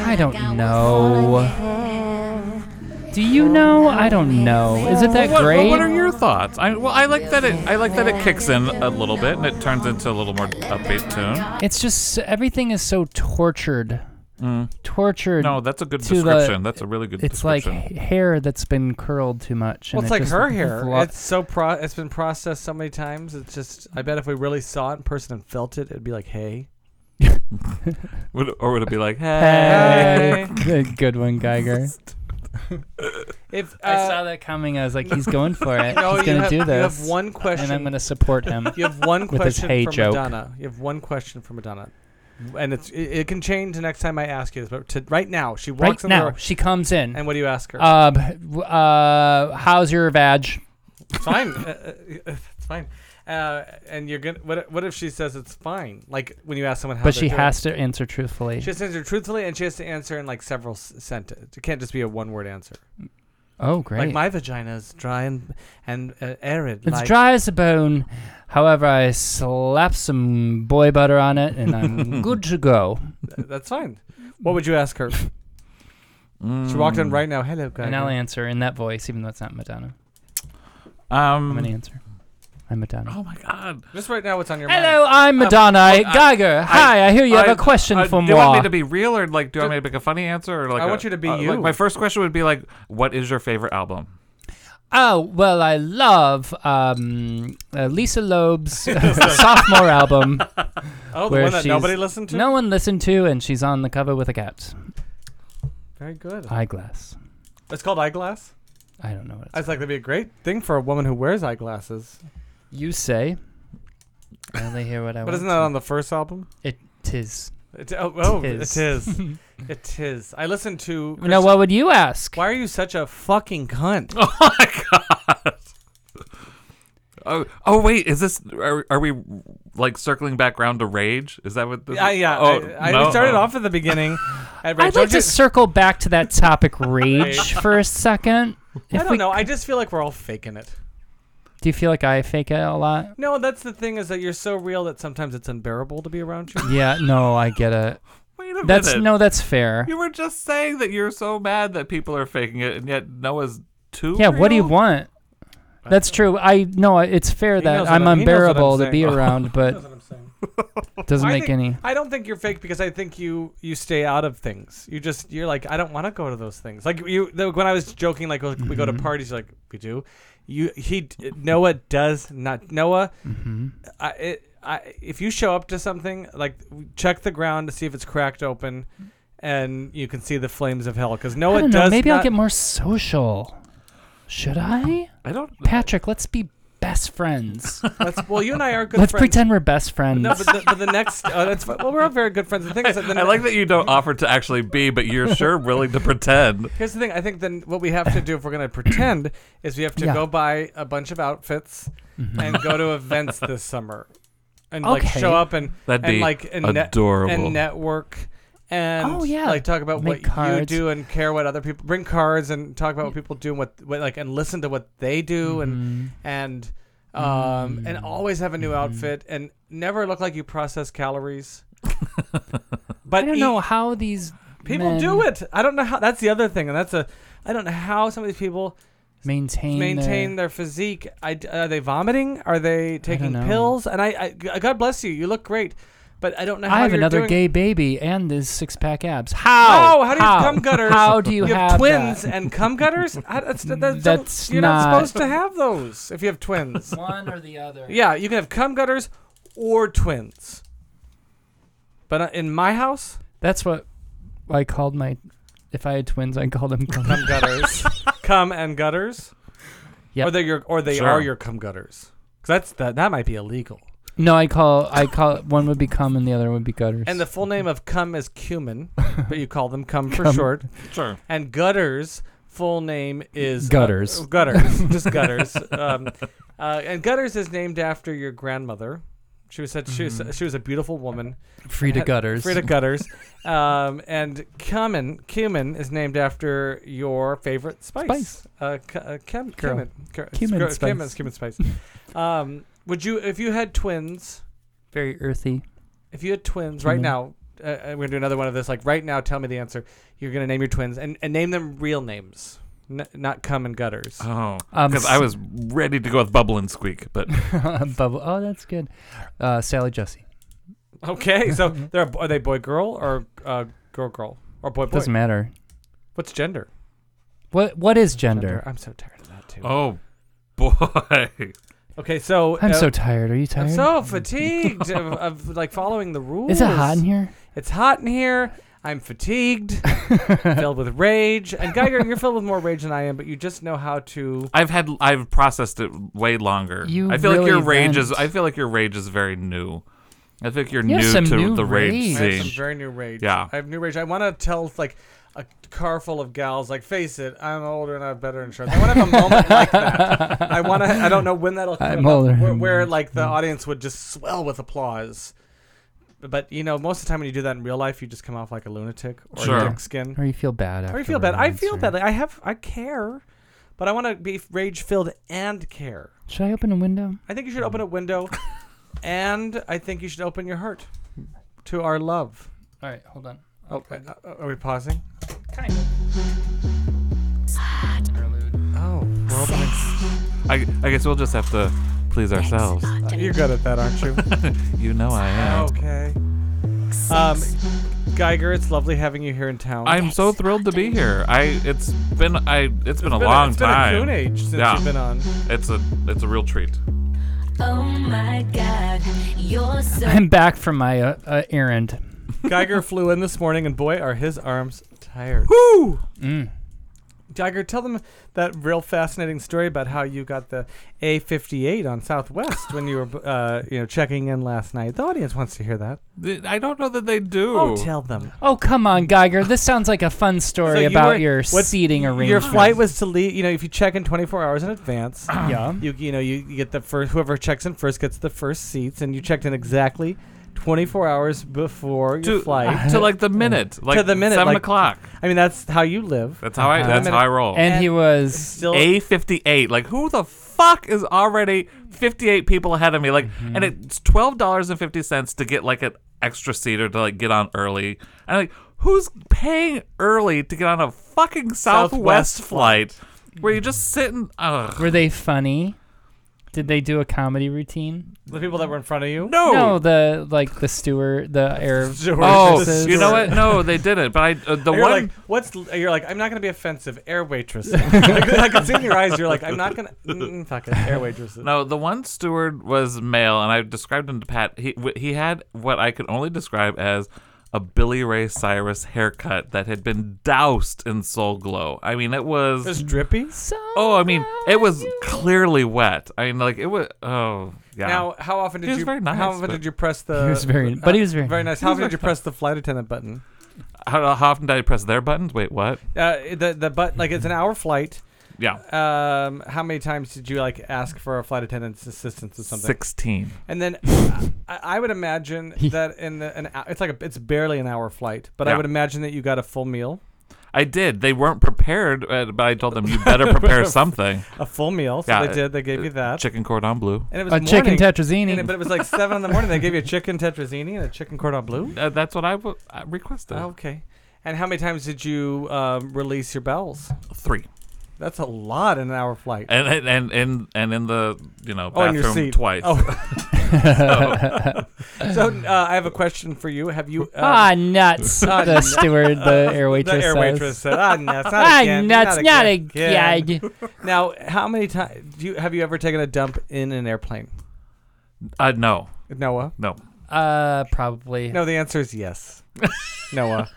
Speaker 1: I don't know. Do you know? I don't know. Is it that
Speaker 3: What,
Speaker 1: great?
Speaker 3: what are your thoughts? I, well, I like that it. I like that it kicks in a little bit and it turns into a little more upbeat tune.
Speaker 1: It's just everything is so tortured. Tortured.
Speaker 3: Mm. No, that's a good
Speaker 1: To the-
Speaker 3: description. that's a really good
Speaker 1: it's like
Speaker 3: description.
Speaker 1: h- hair that's been curled too much.
Speaker 2: Well,
Speaker 1: and
Speaker 2: it's
Speaker 1: it
Speaker 2: like
Speaker 1: just
Speaker 2: her
Speaker 1: looks
Speaker 2: hair.
Speaker 1: flo-
Speaker 2: It's so pro. It's been processed so many times. It's just. I bet if we really saw it in person and felt it, it'd be like, hey.
Speaker 3: would, or would it be like,
Speaker 1: Hey. Good one, Geiger.
Speaker 2: If
Speaker 1: I
Speaker 2: uh,
Speaker 1: saw that coming. I was like, he's going for it.
Speaker 2: no,
Speaker 1: he's
Speaker 2: you
Speaker 1: going to
Speaker 2: have-
Speaker 1: do this.
Speaker 2: You have one question.
Speaker 1: and I'm going to support him.
Speaker 2: You have one
Speaker 1: with his
Speaker 2: question
Speaker 1: hey
Speaker 2: for
Speaker 1: joke.
Speaker 2: Madonna. You have one question for Madonna, and it's it, it can change the next time I ask you this. But to, right now, she walks
Speaker 1: right
Speaker 2: in the
Speaker 1: now,
Speaker 2: door,
Speaker 1: she comes in.
Speaker 2: and what do you ask her?
Speaker 1: Um, w- uh, how's your vag?
Speaker 2: It's fine. Uh, uh, uh, it's fine. Uh, and you're gonna. What, what if she says it's fine? Like when you ask someone how.
Speaker 1: But
Speaker 2: they're
Speaker 1: she
Speaker 2: doing.
Speaker 1: has to answer truthfully.
Speaker 2: She has to answer truthfully, and she has to answer in like several s- sentences. It can't just be a one-word answer.
Speaker 1: oh, great.
Speaker 2: Like my vagina is dry and and uh, arid.
Speaker 1: It's
Speaker 2: like,
Speaker 1: dry as a bone. However, I slap some boy butter on it and I'm good to go.
Speaker 2: That's fine. What would you ask her? She walked
Speaker 1: Hmm.
Speaker 3: mm,
Speaker 2: in right now. Hello, guys.
Speaker 1: And I'll answer in that voice, even though it's not Madonna. I'm going to
Speaker 3: Um,
Speaker 1: answer. I'm Madonna.
Speaker 3: oh my God.
Speaker 2: Just right now, what's on your
Speaker 1: Hello,
Speaker 2: mind?
Speaker 1: I'm Madonna.
Speaker 3: I-
Speaker 1: Geiger, hi, I hear you have
Speaker 3: I-
Speaker 1: a question
Speaker 3: uh,
Speaker 1: for me.
Speaker 3: do you want me to be real or like? Do you want
Speaker 2: Ju-
Speaker 3: me to pick a funny answer or like?
Speaker 2: I
Speaker 3: a-
Speaker 2: want you to be
Speaker 3: uh, like,
Speaker 2: you.
Speaker 3: my first question would be like, what is your favorite album?
Speaker 1: Oh, well, I love um, uh, Lisa Loeb's sophomore album.
Speaker 2: Oh, the
Speaker 1: where
Speaker 2: one that
Speaker 1: she's-
Speaker 2: nobody listened to.
Speaker 1: No one listened to, and she's on the cover with a cat.
Speaker 2: Very good.
Speaker 1: Uh, Eyeglass.
Speaker 2: It's called eyeglass.
Speaker 1: I don't know what
Speaker 2: I
Speaker 1: it's
Speaker 2: was like, that'd be a great thing for a woman who wears eyeglasses.
Speaker 1: You say. I only hear what I
Speaker 2: But
Speaker 1: want.
Speaker 2: isn't that on the first album?
Speaker 1: It tis.
Speaker 2: It, oh, oh
Speaker 1: Tis.
Speaker 2: it is. it is. I listened to.
Speaker 1: Now, what would you ask?
Speaker 2: Why are you such a fucking cunt?
Speaker 3: Oh, oh wait, is this? Are, are we like circling back round to rage? Is that what? This
Speaker 2: Yeah,
Speaker 3: is?
Speaker 2: yeah.
Speaker 3: Oh,
Speaker 2: I, I
Speaker 3: no.
Speaker 2: started
Speaker 3: Oh.
Speaker 2: off at the beginning. At
Speaker 1: I'd
Speaker 2: Rachel.
Speaker 1: like to
Speaker 2: Just-
Speaker 1: circle back to that topic rage for a second.
Speaker 2: I
Speaker 1: If
Speaker 2: don't
Speaker 1: we-
Speaker 2: know. I just feel like we're all faking it.
Speaker 1: Do you feel like I fake it a lot?
Speaker 2: No, that's the thing is that you're so real that sometimes it's unbearable to be around you.
Speaker 1: Yeah, no, I get it.
Speaker 3: Wait a
Speaker 1: That's
Speaker 3: minute.
Speaker 1: no, that's fair.
Speaker 3: You were just saying that you're so mad that people are faking it, and yet Noah's too.
Speaker 1: Yeah, what do you
Speaker 3: real?
Speaker 1: want? That's true. I no, I- it's fair
Speaker 2: knows
Speaker 1: that
Speaker 2: what
Speaker 1: I'm
Speaker 2: I'm- he knows what I'm
Speaker 1: unbearable to be
Speaker 2: saying.
Speaker 1: around, but doesn't
Speaker 2: I
Speaker 1: make
Speaker 2: think-
Speaker 1: any.
Speaker 2: I don't think you're fake because I think you you stay out of things. You just you're like I don't want to go to those things. Like you the, when I was joking, like we go
Speaker 1: Mm-hmm.
Speaker 2: to parties, you're like we do. You he Noah does not Noah.
Speaker 1: Mm-hmm.
Speaker 2: I, it, I if you show up to something like check the ground to see if it's cracked open, and you can see the flames of hell because
Speaker 1: I
Speaker 2: Noah
Speaker 1: don't know.
Speaker 2: Oh, does.
Speaker 1: Maybe
Speaker 2: not,
Speaker 1: I'll get more social. Should I?
Speaker 3: I don't.
Speaker 1: Patrick, let's be best friends.
Speaker 2: Let's, well, you and I are good
Speaker 1: let's
Speaker 2: friends.
Speaker 1: pretend we're best friends.
Speaker 2: No, but the, but the next uh, that's fi- well, we're all very good friends. The thing is that the
Speaker 3: I like that you don't offer to actually be, but you're sure willing to pretend.
Speaker 2: Here's the thing. I think then what we have to do if we're going to pretend is we have to
Speaker 1: Yeah.
Speaker 2: go buy a bunch of outfits
Speaker 1: Mm-hmm.
Speaker 2: and go to events this summer and like
Speaker 1: Okay.
Speaker 2: show up and
Speaker 3: That'd
Speaker 2: and
Speaker 3: be
Speaker 2: like and net-
Speaker 3: adorable.
Speaker 2: and network and
Speaker 1: Oh, yeah.
Speaker 2: like talk about
Speaker 1: Make
Speaker 2: what you
Speaker 1: cards.
Speaker 2: do and care what other people bring cards and talk about what people do and what, what like and listen to what they do
Speaker 1: Mm-hmm.
Speaker 2: and and um and
Speaker 1: Mm.
Speaker 2: always have a new outfit and never look like you process calories. but
Speaker 1: I don't
Speaker 2: eat-
Speaker 1: know how these
Speaker 2: People
Speaker 1: men
Speaker 2: do it. I don't know how. That's the other thing, and that's a. I don't know how some of these people
Speaker 1: Maintain
Speaker 2: maintain their physique. I, are they vomiting? Are they taking
Speaker 1: know.
Speaker 2: pills? And I, I, God bless you. You look great, but I don't know. How
Speaker 1: I have
Speaker 2: you're
Speaker 1: another
Speaker 2: doing-
Speaker 1: gay baby and this six pack abs. How?
Speaker 2: How? How do you have cum gutters?
Speaker 1: How do you,
Speaker 2: You have,
Speaker 1: have
Speaker 2: twins
Speaker 1: that?
Speaker 2: and cum gutters. I, that's that's,
Speaker 1: That's
Speaker 2: you're not,
Speaker 1: not-
Speaker 2: supposed to have those if you have twins.
Speaker 1: One or the other.
Speaker 2: yeah, you can have cum gutters or twins. But uh, in my house,
Speaker 1: That's what I called my. If I had twins, I called them cum.
Speaker 2: cum gutters, cum and gutters.
Speaker 1: Yep.
Speaker 2: Or they your or they
Speaker 3: Sure.
Speaker 2: are your cum gutters. 'Cause that's that that might be illegal.
Speaker 1: No, I call I call one would be cum and the other would be gutters.
Speaker 2: And the full name of cum is cumin, but you call them cum for
Speaker 1: Cum.
Speaker 2: short.
Speaker 3: Sure.
Speaker 2: And gutters full name is uh,
Speaker 1: Gutters.
Speaker 2: gutters, just gutters. Um, uh, and gutters is named after your grandmother. She was such, she was she was a beautiful woman.
Speaker 1: free to
Speaker 2: had-
Speaker 1: gutters.
Speaker 2: Frida Gutters. um, and cumin, cumin is named after your favorite spice.
Speaker 1: Spice.
Speaker 2: Uh, cu- uh, cum,
Speaker 1: Girl.
Speaker 2: cumin. Cur- it's
Speaker 1: Cumin
Speaker 2: gr-
Speaker 1: spice.
Speaker 2: Cumin, it's cumin spice. um, would you, if you had twins,
Speaker 1: Very earthy.
Speaker 2: if you had twins right
Speaker 1: Cumin.
Speaker 2: now, uh, uh, we're gonna do another one of this. Like right now, tell me the answer. You're gonna name your twins and, and name them real names, N- not cum and gutters.
Speaker 3: Oh,
Speaker 1: Um,
Speaker 3: because I was ready to go with bubble and squeak, but
Speaker 1: Bubble. Oh, that's good. Uh, Sally Jesse.
Speaker 2: Okay, so
Speaker 1: mm-hmm.
Speaker 2: they're are they boy girl or uh, girl girl or boy boy?
Speaker 1: Doesn't matter.
Speaker 2: What's gender?
Speaker 1: What What is gender?
Speaker 2: I'm so tired of that too.
Speaker 3: oh boy,
Speaker 2: Okay, so
Speaker 1: I'm
Speaker 2: uh,
Speaker 1: so tired. Are you tired?
Speaker 2: I'm so fatigued of, of like following the rules.
Speaker 1: is it hot in here?
Speaker 2: It's hot in here. I'm fatigued, filled with rage. And Geiger, you're filled with more rage than I am, but you just know how to.
Speaker 3: I've had I've processed it way longer.
Speaker 1: You
Speaker 3: I feel like
Speaker 1: really
Speaker 3: your rage is
Speaker 1: vent.
Speaker 3: I feel like your rage is very new. I think you're
Speaker 1: You have
Speaker 3: new
Speaker 1: some
Speaker 3: to
Speaker 1: new
Speaker 3: the rage
Speaker 1: rage.
Speaker 2: I have some
Speaker 3: scene.
Speaker 2: very new rage.
Speaker 3: Yeah.
Speaker 2: I have new rage. I want to tell like a car full of gals, like, face it, I'm older and I have better insurance. I want to have a moment like that. I want to. I don't know when that'll come.
Speaker 1: I'm
Speaker 2: about,
Speaker 1: older.
Speaker 2: Where, where like the audience would just swell with applause. But you know, most of the time when you do that in real life, you just come off like a lunatic or
Speaker 3: Sure.
Speaker 2: a dick skin.
Speaker 1: Or you feel bad?
Speaker 2: Or you feel bad. I
Speaker 1: afterwards,
Speaker 2: feel
Speaker 1: right?
Speaker 2: bad. Like, I have. I care, but I want to be rage filled and care.
Speaker 1: Should I open a window?
Speaker 2: I think you should open a window, and I think you should open your heart to our love.
Speaker 1: All right, hold on.
Speaker 2: Oh, uh, uh, are we pausing?
Speaker 1: Kind of.
Speaker 2: Oh, we're opening.
Speaker 3: I, I guess we'll just have to please ourselves.
Speaker 2: You're good at that, aren't you?
Speaker 3: You know I
Speaker 1: Oh,
Speaker 3: am.
Speaker 2: okay. Um, Geiger, it's lovely having you here in town.
Speaker 3: I'm so thrilled to be here. I it's been I it's been a long
Speaker 2: it's
Speaker 3: time.
Speaker 2: Been a June age since
Speaker 3: Yeah.
Speaker 2: you've been on.
Speaker 3: It's a it's a real treat.
Speaker 6: Oh my God, you're so
Speaker 1: I'm back from my uh, uh, errand.
Speaker 2: Geiger flew in this morning, and boy, are his arms tired.
Speaker 3: Woo!
Speaker 1: Mm.
Speaker 2: Geiger, tell them that real fascinating story about how you got the A58 on Southwest when you were, uh, you know, checking in last night. The audience wants to hear that.
Speaker 3: I don't know that they do.
Speaker 2: Oh, tell them.
Speaker 1: Oh come on, Geiger. This sounds like a fun story
Speaker 2: you
Speaker 1: about
Speaker 2: were-
Speaker 1: your
Speaker 2: what's-
Speaker 1: seating arrangement.
Speaker 2: Your flight was to leave. You know, if you check in 24 hours in advance,
Speaker 3: Ah.
Speaker 1: yeah.
Speaker 2: you you know you, you get the first. Whoever checks in first gets the first seats, and you checked in exactly 24 hours before your
Speaker 3: to
Speaker 2: flight.
Speaker 3: to like the minute, like
Speaker 2: the minute,
Speaker 3: seven
Speaker 2: like-
Speaker 3: o'clock.
Speaker 2: I mean, that's how you live.
Speaker 3: That's how I
Speaker 1: Uh-huh.
Speaker 3: that's how I roll.
Speaker 1: And he was
Speaker 2: Still,
Speaker 3: A fifty eight. Like who the fuck is already fifty eight people ahead of me? Like,
Speaker 2: Mm-hmm.
Speaker 3: and it's twelve dollars and fifty cents to get like an extra seat or to like get on early. And like, who's paying early to get on a fucking Southwest,
Speaker 2: Southwest
Speaker 3: flight, where you just sitting? Ugh.
Speaker 1: Were they funny? Did they do a comedy routine?
Speaker 2: the people that were in front of you.
Speaker 3: No.
Speaker 1: No, the like the steward, the air.
Speaker 2: Steward.
Speaker 3: Oh,
Speaker 1: waitresses.
Speaker 3: you know what? No, they didn't. But I uh, the
Speaker 2: You're
Speaker 3: one.
Speaker 2: like, what's? You're like, I'm not gonna be offensive. Air waitress. like, like it's in your eyes. You're like, I'm not gonna. Mm, fuck it. Air waitresses.
Speaker 3: No, the one steward was male, and I described him to Pat. He w- he had what I could only describe as a Billy Ray Cyrus haircut that had been doused in Soul Glow. I mean, it was.
Speaker 2: It was drippy.
Speaker 3: oh, I mean, it was clearly wet. I mean, like it was. Oh, yeah.
Speaker 2: Now, how often did
Speaker 3: He was
Speaker 2: you?
Speaker 3: very nice,
Speaker 2: how often
Speaker 3: but-
Speaker 2: did you press the?
Speaker 1: He was very- but he was very
Speaker 2: nice. How often did you press the flight attendant button?
Speaker 3: how, how often did I press their buttons? Wait, what?
Speaker 2: Uh, the the but like it's an hour flight.
Speaker 3: Yeah,
Speaker 2: Um, how many times did you like ask for a flight attendant's assistance or something?
Speaker 3: sixteen.
Speaker 2: And then uh, I, I would imagine that in the, an hou- it's like a, it's barely an hour flight, but I
Speaker 3: Yeah.
Speaker 2: would imagine that you got a full meal,
Speaker 3: I did. They weren't prepared, uh, but I told them you better prepare something.
Speaker 2: a full meal. So
Speaker 3: Yeah, Uh,
Speaker 2: they did. They gave you that.
Speaker 3: Chicken cordon bleu.
Speaker 2: and it was
Speaker 1: a chicken
Speaker 2: morning, and it-
Speaker 1: tetrazzini.
Speaker 2: but it was like seven in the morning. They gave you a chicken tetrazzini and a chicken cordon bleu. Ah,
Speaker 3: Uh, that's what I w- I requested.
Speaker 2: Okay. And how many times did you um, release your bowels?
Speaker 3: Three.
Speaker 2: That's a lot in an hour flight.
Speaker 3: and and and and, and in the you know
Speaker 2: oh, in
Speaker 3: bathroom
Speaker 2: your seat
Speaker 3: twice.
Speaker 2: Oh. so uh, I have a question for you. Have you? um,
Speaker 1: Ah, nuts! the steward, the air
Speaker 2: The
Speaker 1: waitress.
Speaker 2: air
Speaker 1: says.
Speaker 2: waitress said, "Ah, nuts, not
Speaker 1: Ah,
Speaker 2: again,
Speaker 1: nuts!
Speaker 2: not,
Speaker 1: Not
Speaker 2: again."
Speaker 1: again.
Speaker 2: Now, how many times do you have you ever taken a dump in an airplane,
Speaker 3: Uh, no,
Speaker 2: Noah?
Speaker 3: no.
Speaker 1: Uh, probably.
Speaker 2: No, the answer is yes, Noah.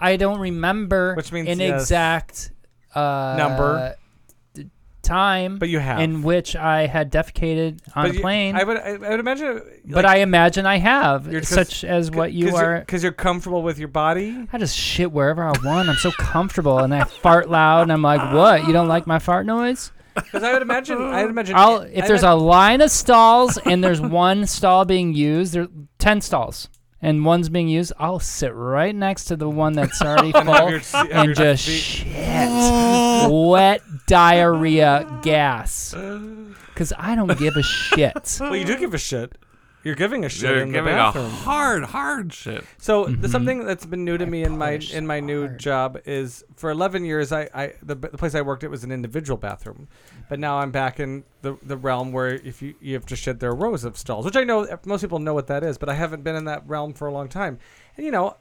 Speaker 1: I don't remember.
Speaker 2: Which means
Speaker 1: an
Speaker 2: yes.
Speaker 1: exact uh,
Speaker 2: Number.
Speaker 1: d- time.
Speaker 2: But you have.
Speaker 1: in which I had defecated on
Speaker 2: But
Speaker 1: a
Speaker 2: you-
Speaker 1: plane.
Speaker 2: I would, I, I would imagine.
Speaker 1: but I imagine I
Speaker 2: You're
Speaker 1: have,
Speaker 2: just-
Speaker 1: such as what you are.
Speaker 2: because you're comfortable with your body.
Speaker 1: I just shit wherever I want. I'm so comfortable, and I fart loud, and I'm like, "What? You don't like my fart noise?"
Speaker 2: Because I would imagine, I would imagine.
Speaker 1: I'll if there's a line of stalls and there's one stall being used, there ten stalls and one's being used. I'll sit right next to the one that's already full and just shit, wet diarrhea gas, because I don't give a shit.
Speaker 2: Well, you do give a shit. You're giving a shit
Speaker 3: You're
Speaker 2: in the
Speaker 3: giving a
Speaker 2: bathroom.
Speaker 3: hard, hard shit.
Speaker 2: So th- something that's been new to me in my
Speaker 1: Mm-hmm. push
Speaker 2: in my new job is for 11 years I, I the, b- the place I worked at was an individual bathroom, but now I'm back in the, the realm where if you you have to shit there are rows of stalls, which I know uh, most people know what that is, but I haven't been in that realm for a long time, and you know.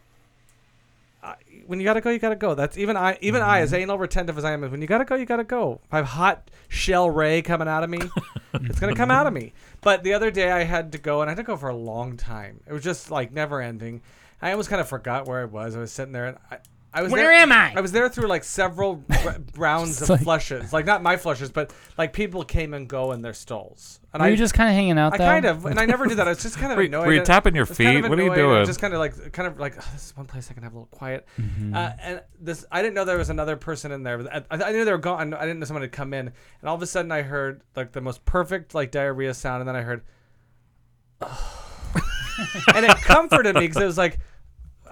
Speaker 2: I- When you gotta go, you gotta go. That's even I, even I,
Speaker 1: Mm-hmm.
Speaker 2: as anal retentive as I am, when you gotta go, you gotta go. If I have hot shell ray coming out of me, it's gonna come out of me. But the other day I had to go, and I had to go for a long time. It was just like never ending. I almost kind of forgot where I was. I was sitting there, and I, I was.
Speaker 1: Where
Speaker 2: there,
Speaker 1: am I?
Speaker 2: I was there through like several r- rounds of
Speaker 1: Just like-
Speaker 2: flushes, like not my flushes, but like people came and go in their stalls. And
Speaker 1: Were
Speaker 2: I
Speaker 1: you just kind of hanging out
Speaker 2: I
Speaker 1: though?
Speaker 2: kind of, and I never did that. I was just kind of
Speaker 3: Were-
Speaker 2: annoyed.
Speaker 3: were you
Speaker 2: I-
Speaker 3: tapping your
Speaker 2: I was kind of
Speaker 3: feet? What are you
Speaker 2: annoyed. I was
Speaker 3: doing?
Speaker 2: Just kind of like, kind of like, oh, this is one place I can have a little quiet.
Speaker 3: Mm-hmm.
Speaker 2: Uh, and this, I didn't know there was another person in there. but I, I knew they were gone. I didn't know someone had come in. And all of a sudden, I heard like the most perfect like diarrhea sound, and then I heard, and it comforted me because it was like.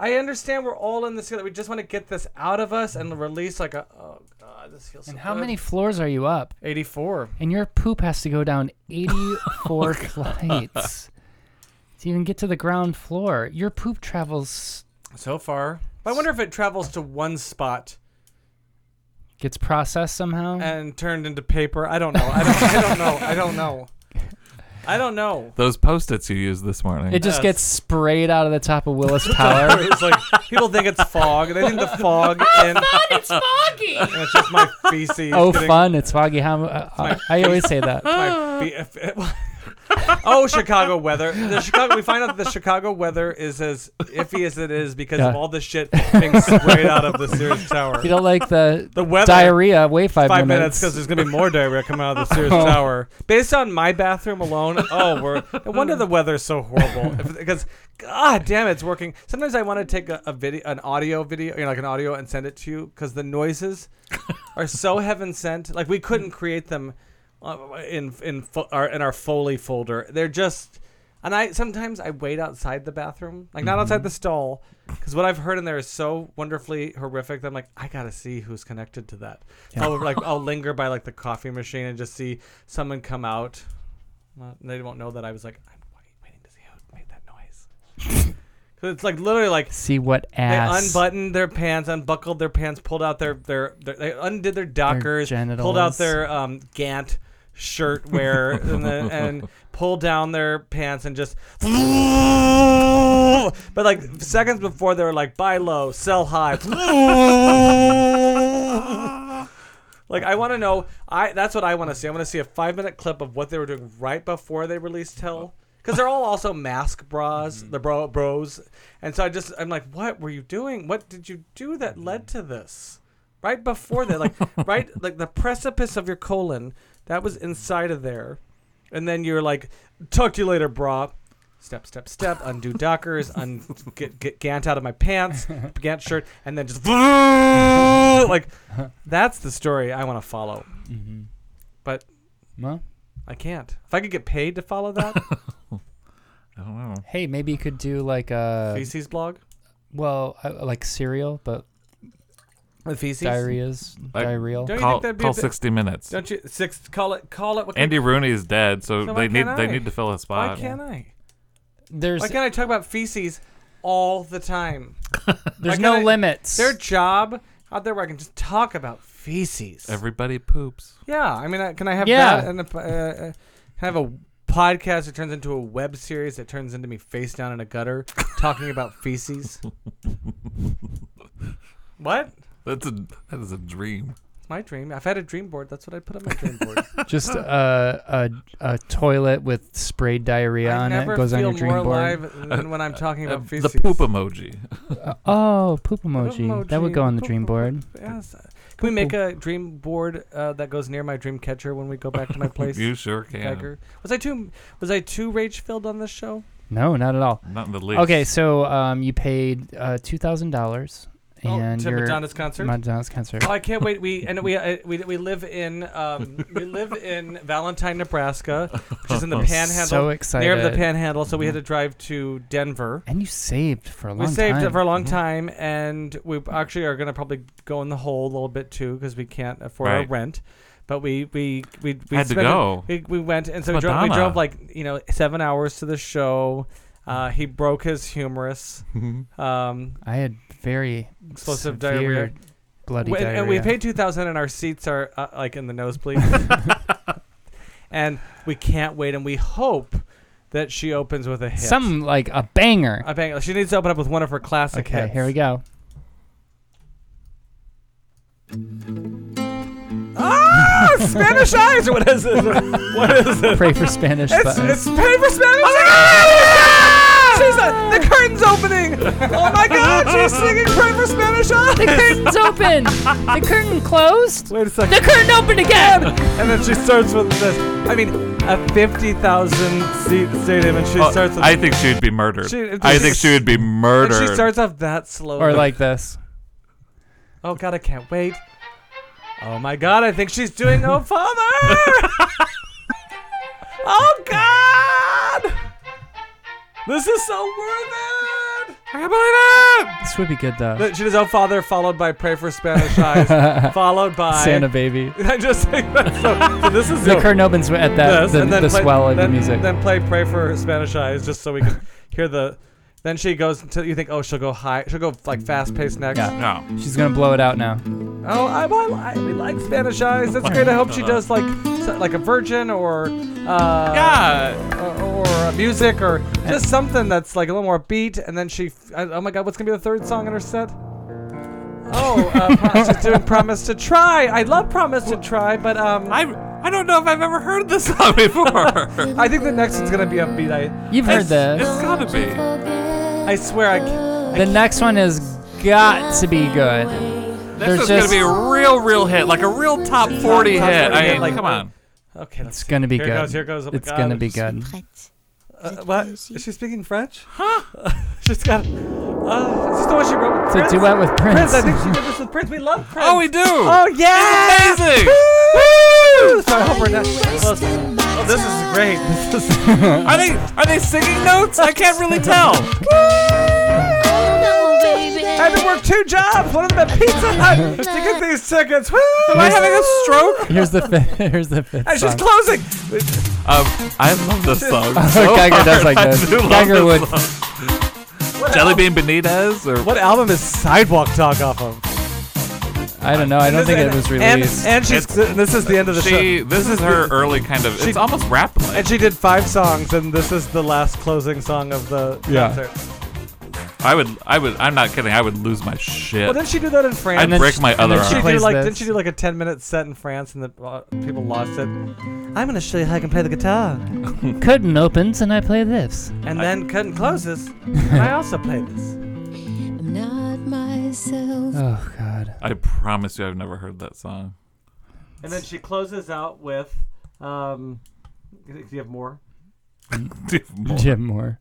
Speaker 2: I understand we're all in this together. We just want to get this out of us and release like a oh god, this feels.
Speaker 1: And
Speaker 2: so
Speaker 1: how
Speaker 2: good."
Speaker 1: many floors are you up?
Speaker 2: Eighty-four.
Speaker 1: And your poop has to go down
Speaker 2: Oh,
Speaker 1: 84 flights to even get to the ground floor. Your poop travels,
Speaker 2: So far, but I wonder if it travels to one spot
Speaker 1: gets processed somehow.
Speaker 2: and turned into paper. I don't know. I don't, I don't know. I don't know. I don't know.
Speaker 3: Those post-its you used this morning.
Speaker 1: it just
Speaker 2: yes.
Speaker 1: gets sprayed out of the top of Willis Tower.
Speaker 2: It's like people think it's fog. They think the fog and,
Speaker 6: It's foggy.
Speaker 2: and it's just my feces.
Speaker 1: oh,
Speaker 2: getting-
Speaker 1: fun! It's foggy. How? Uh, I always say that.
Speaker 2: my fe- oh, Chicago weather. The Chicago. We find out that the Chicago weather is as iffy as it is because of
Speaker 1: Yeah.
Speaker 2: all the shit being sprayed out of the Sears Tower.
Speaker 1: You don't like the,
Speaker 2: The weather.
Speaker 1: diarrhea. Wait five,
Speaker 2: five minutes because there's gonna be more diarrhea coming out of the Sears
Speaker 1: Oh.
Speaker 2: Tower. Based on my bathroom alone, oh, we're no wonder the weather's so horrible. Because God damn, it's working. Sometimes I want to take a, a video, an audio video, you know, like an audio, and send it to you because the noises are so heaven sent. Like we couldn't create them uh, in in fo- our, in our Foley folder. They're just. And I sometimes I wait outside the bathroom, like not outside the stall, because what I've heard in there is so wonderfully horrific. That I'm like, I gotta see who's connected to that. I'll like I'll linger by like the coffee machine and just see someone come out. Not- They won't know that I was like I'm wait- waiting to see who made that noise. 'Cause it's like literally like
Speaker 1: See what
Speaker 2: they
Speaker 1: ass.
Speaker 2: unbuttoned their pants, unbuckled their pants, pulled out their their, their they undid their dockers, pulled out
Speaker 1: genitals.
Speaker 2: their um, Gant shirt wear, and, the, and pulled down their pants and just. But like seconds before, they were like, "Buy low, sell high." Like I want to know. I that's what I want to see. I want to see a five minute clip of what they were doing right before they released Tell, because they're all also mask bras, the bro bros, and so I just I'm like, what were you doing? What did you do that led to this? Right before that, like right like the precipice of your colon that was inside of there, and then you're like, talk to you later, bra. Step, step, step. Undo dockers. Un get, get Gant out of my pants. Gant shirt, and then just like that's the story I want to follow,
Speaker 1: Mhm.
Speaker 2: but
Speaker 1: Well,
Speaker 2: I can't. If I could get paid to follow that
Speaker 3: I don't know.
Speaker 1: hey, maybe you could do like a
Speaker 2: feces blog,
Speaker 1: well, uh, like cereal, but
Speaker 2: the feces.
Speaker 1: diarrhea's
Speaker 3: Like-
Speaker 1: diarrheal.
Speaker 2: Don't you
Speaker 3: Call,
Speaker 2: think that'd be
Speaker 3: call
Speaker 2: a bit-
Speaker 3: 60 Minutes.
Speaker 2: Don't you six? Call it. Call it. What
Speaker 3: Andy Rooney's dead, so,
Speaker 2: So why
Speaker 3: they need
Speaker 2: can't
Speaker 3: they
Speaker 2: I?
Speaker 3: need to fill a
Speaker 2: Why
Speaker 3: spot.
Speaker 2: can't I?
Speaker 1: There's
Speaker 2: Why can't I talk about feces all the time?
Speaker 1: there's
Speaker 2: can't
Speaker 1: no
Speaker 2: I-
Speaker 1: limits.
Speaker 2: Is there a job out there where I can just talk about feces?
Speaker 3: Everybody poops.
Speaker 2: yeah, I mean, I, can I have
Speaker 1: Yeah.
Speaker 2: that? And a p- uh, uh, have a podcast that turns into a web series that turns into me face down in a gutter talking about feces. what?
Speaker 3: That's a that is a dream.
Speaker 2: My dream. I've had a dream board. That's what I put on my dream board.
Speaker 1: Just uh, a, a a toilet with sprayed diarrhea
Speaker 2: I
Speaker 1: on it
Speaker 2: never
Speaker 1: goes on
Speaker 2: feel
Speaker 1: your dream
Speaker 2: more
Speaker 1: board.
Speaker 2: alive than when I'm talking
Speaker 3: Uh,
Speaker 2: about
Speaker 3: the
Speaker 2: feces.
Speaker 3: poop emoji.
Speaker 1: Uh, oh, poop emoji. That would
Speaker 2: emoji,
Speaker 1: go on the
Speaker 2: poop
Speaker 1: dream board.
Speaker 2: Yes. Can we make a dream board uh, that goes near my dream catcher when we go back to my place?
Speaker 3: you sure can.
Speaker 2: Geiger? Was I too was I too rage filled on this show?
Speaker 1: No, not at all.
Speaker 3: Not in the least.
Speaker 1: Okay, so um, you paid uh, two thousand dollars and
Speaker 2: oh, to
Speaker 1: your
Speaker 2: Madonna's concert.
Speaker 1: Madonna's concert.
Speaker 2: Oh, I can't wait. We and we uh, we, we live in um, we live in Valentine, Nebraska, which is in the Panhandle,
Speaker 1: so excited.
Speaker 2: near the Panhandle. So we had to drive to Denver.
Speaker 1: and you saved for a long
Speaker 2: We saved
Speaker 1: time. Mm-hmm.
Speaker 2: it for a long time, and we actually are going to probably go in the hole a little bit too because we can't afford our
Speaker 3: Right.
Speaker 2: rent. But we we we, we
Speaker 3: Had to
Speaker 2: spent it-
Speaker 3: go.
Speaker 2: we, we went, and so we drove, we
Speaker 3: Madonna.
Speaker 2: drove like you know seven hours to the show. Uh, he broke his humerus, um,
Speaker 1: I had very
Speaker 2: explosive
Speaker 1: severe
Speaker 2: diarrhea,
Speaker 1: bloody
Speaker 2: We- and,
Speaker 1: diarrhea.
Speaker 2: and we paid two thousand, and our seats are uh, like in the nosebleed. and we can't wait, and we hope that she opens with a hit.
Speaker 1: some like a banger.
Speaker 2: I bang. She needs to open up with one of her classic
Speaker 1: okay,
Speaker 2: hits.
Speaker 1: here we go.
Speaker 2: Ah, Spanish eyes. What is this? What is this?
Speaker 1: Pray for Spanish
Speaker 2: It's,
Speaker 1: buttons.
Speaker 2: it's pay for Spanish.
Speaker 1: Oh
Speaker 2: eyes! She's uh, the curtain's opening. Oh my God! She's singing "Pray for Spanish
Speaker 1: the
Speaker 2: Eyes."
Speaker 1: curtain's open. The curtain closed.
Speaker 2: Wait a second.
Speaker 1: The curtain opened again.
Speaker 2: And then she starts with this. I mean, a 50,000 seat stadium, and she
Speaker 3: Oh,
Speaker 2: starts with.
Speaker 3: I think she would be murdered.
Speaker 2: She-
Speaker 3: I think she would be
Speaker 2: and
Speaker 3: murdered.
Speaker 2: she starts off that slow.
Speaker 1: Or like this.
Speaker 2: oh God, I can't wait. Oh my God, I think she's doing Oh Father! oh God! This is so worth it! I can't believe
Speaker 1: This would be good though.
Speaker 2: it! She does Oh Father, followed by Pray for Spanish Eyes, followed by.
Speaker 1: Santa baby.
Speaker 2: I just think that's so. so this is
Speaker 1: The
Speaker 2: it.
Speaker 1: curtain opens at that
Speaker 2: Yes,
Speaker 1: the,
Speaker 2: and then
Speaker 1: the
Speaker 2: play-
Speaker 1: swell of
Speaker 2: then-
Speaker 1: the music.
Speaker 2: Then play "Pray for Spanish Eyes" just so we can hear the. Then she goes until you think, oh, she'll go high. She'll go like fast paced next.
Speaker 1: Yeah.
Speaker 3: no.
Speaker 1: She's gonna blow it out now.
Speaker 2: Oh, I, well, I, we like Spanish Eyes. That's great. I hope she does like so- like a virgin or uh,
Speaker 3: Yeah.
Speaker 2: or, or a music or just something that's like a little more beat. And then she, I, oh my God, what's gonna be the third song in her set? Oh, uh, pro- she's doing "Promise to Try." I love "Promise to Try," but um, I,
Speaker 3: I I don't know if I've ever heard this song before.
Speaker 2: think the next one's gonna be upbeat. I
Speaker 1: You've heard this.
Speaker 3: it's gotta be.
Speaker 2: I swear I. Can't.
Speaker 1: The next one has got to be good.
Speaker 3: This
Speaker 1: There's
Speaker 3: is
Speaker 1: just-
Speaker 3: gonna be a real, real hit, like a real top forty
Speaker 2: top 40
Speaker 3: hit. I
Speaker 2: hit,
Speaker 3: mean,
Speaker 2: like-
Speaker 3: come on.
Speaker 2: Okay, let's
Speaker 1: It's gonna be
Speaker 2: Here
Speaker 1: good.
Speaker 2: goes, here goes, oh my
Speaker 1: it's
Speaker 2: God.
Speaker 1: gonna be good.
Speaker 2: Uh, what? Is she speaking French? Huh? She's got. Uh, is this the one she wrote
Speaker 1: It's
Speaker 2: with
Speaker 1: a
Speaker 2: Prince?
Speaker 1: duet with
Speaker 2: Prince,
Speaker 1: Prince.
Speaker 2: I think she did this with Prince. We love Prince.
Speaker 3: Oh, we do.
Speaker 2: Oh yeah!
Speaker 3: It's amazing.
Speaker 2: Woo! Sorry, I hope we're not. Listen. Oh, this is great. This is.
Speaker 3: Are they are they singing notes? I can't really tell.
Speaker 2: I had to work two jobs. One of them at Pizza Hut to get these tickets. Woo!
Speaker 3: Am I having a stroke?
Speaker 1: Here's the fifth. Here's the fifth.
Speaker 2: And she's
Speaker 1: song.
Speaker 2: closing.
Speaker 3: Um, I love this song. So
Speaker 1: Geiger does
Speaker 3: hard.
Speaker 1: like
Speaker 3: I
Speaker 1: this.
Speaker 3: do love
Speaker 1: Geiger
Speaker 3: this
Speaker 1: would-
Speaker 3: song.
Speaker 2: What album-
Speaker 3: Jellybean Benitez or
Speaker 2: What album is Sidewalk Talk off of?
Speaker 1: I don't know. I don't think it was
Speaker 2: And,
Speaker 1: released.
Speaker 2: and she's. This is the end of the show.
Speaker 3: She, this is her early kind of.
Speaker 2: She-
Speaker 3: It's almost rap like.
Speaker 2: And she did five songs, and this is the last closing song of the
Speaker 1: Yeah.
Speaker 2: concert.
Speaker 3: I would, I would. I'm not kidding. I would lose my
Speaker 2: Well,
Speaker 3: shit.
Speaker 2: didn't she do that in France?
Speaker 3: I'd
Speaker 1: then
Speaker 3: break
Speaker 1: she-
Speaker 3: my
Speaker 1: and
Speaker 3: other
Speaker 1: then
Speaker 2: She
Speaker 1: she
Speaker 3: arm.
Speaker 2: did
Speaker 1: plays
Speaker 2: like
Speaker 1: this.
Speaker 2: didn't she do like a ten minute set in France and the uh, people lost it. I'm gonna show you how I can play the guitar,
Speaker 1: curtain opens and I play this.
Speaker 2: and then couldn't close this. And I also play this.
Speaker 6: I'm not myself.
Speaker 1: Oh God.
Speaker 3: I promise you, I've never heard that song.
Speaker 2: And then she closes out with, um, do you have more?
Speaker 1: Jim Moore.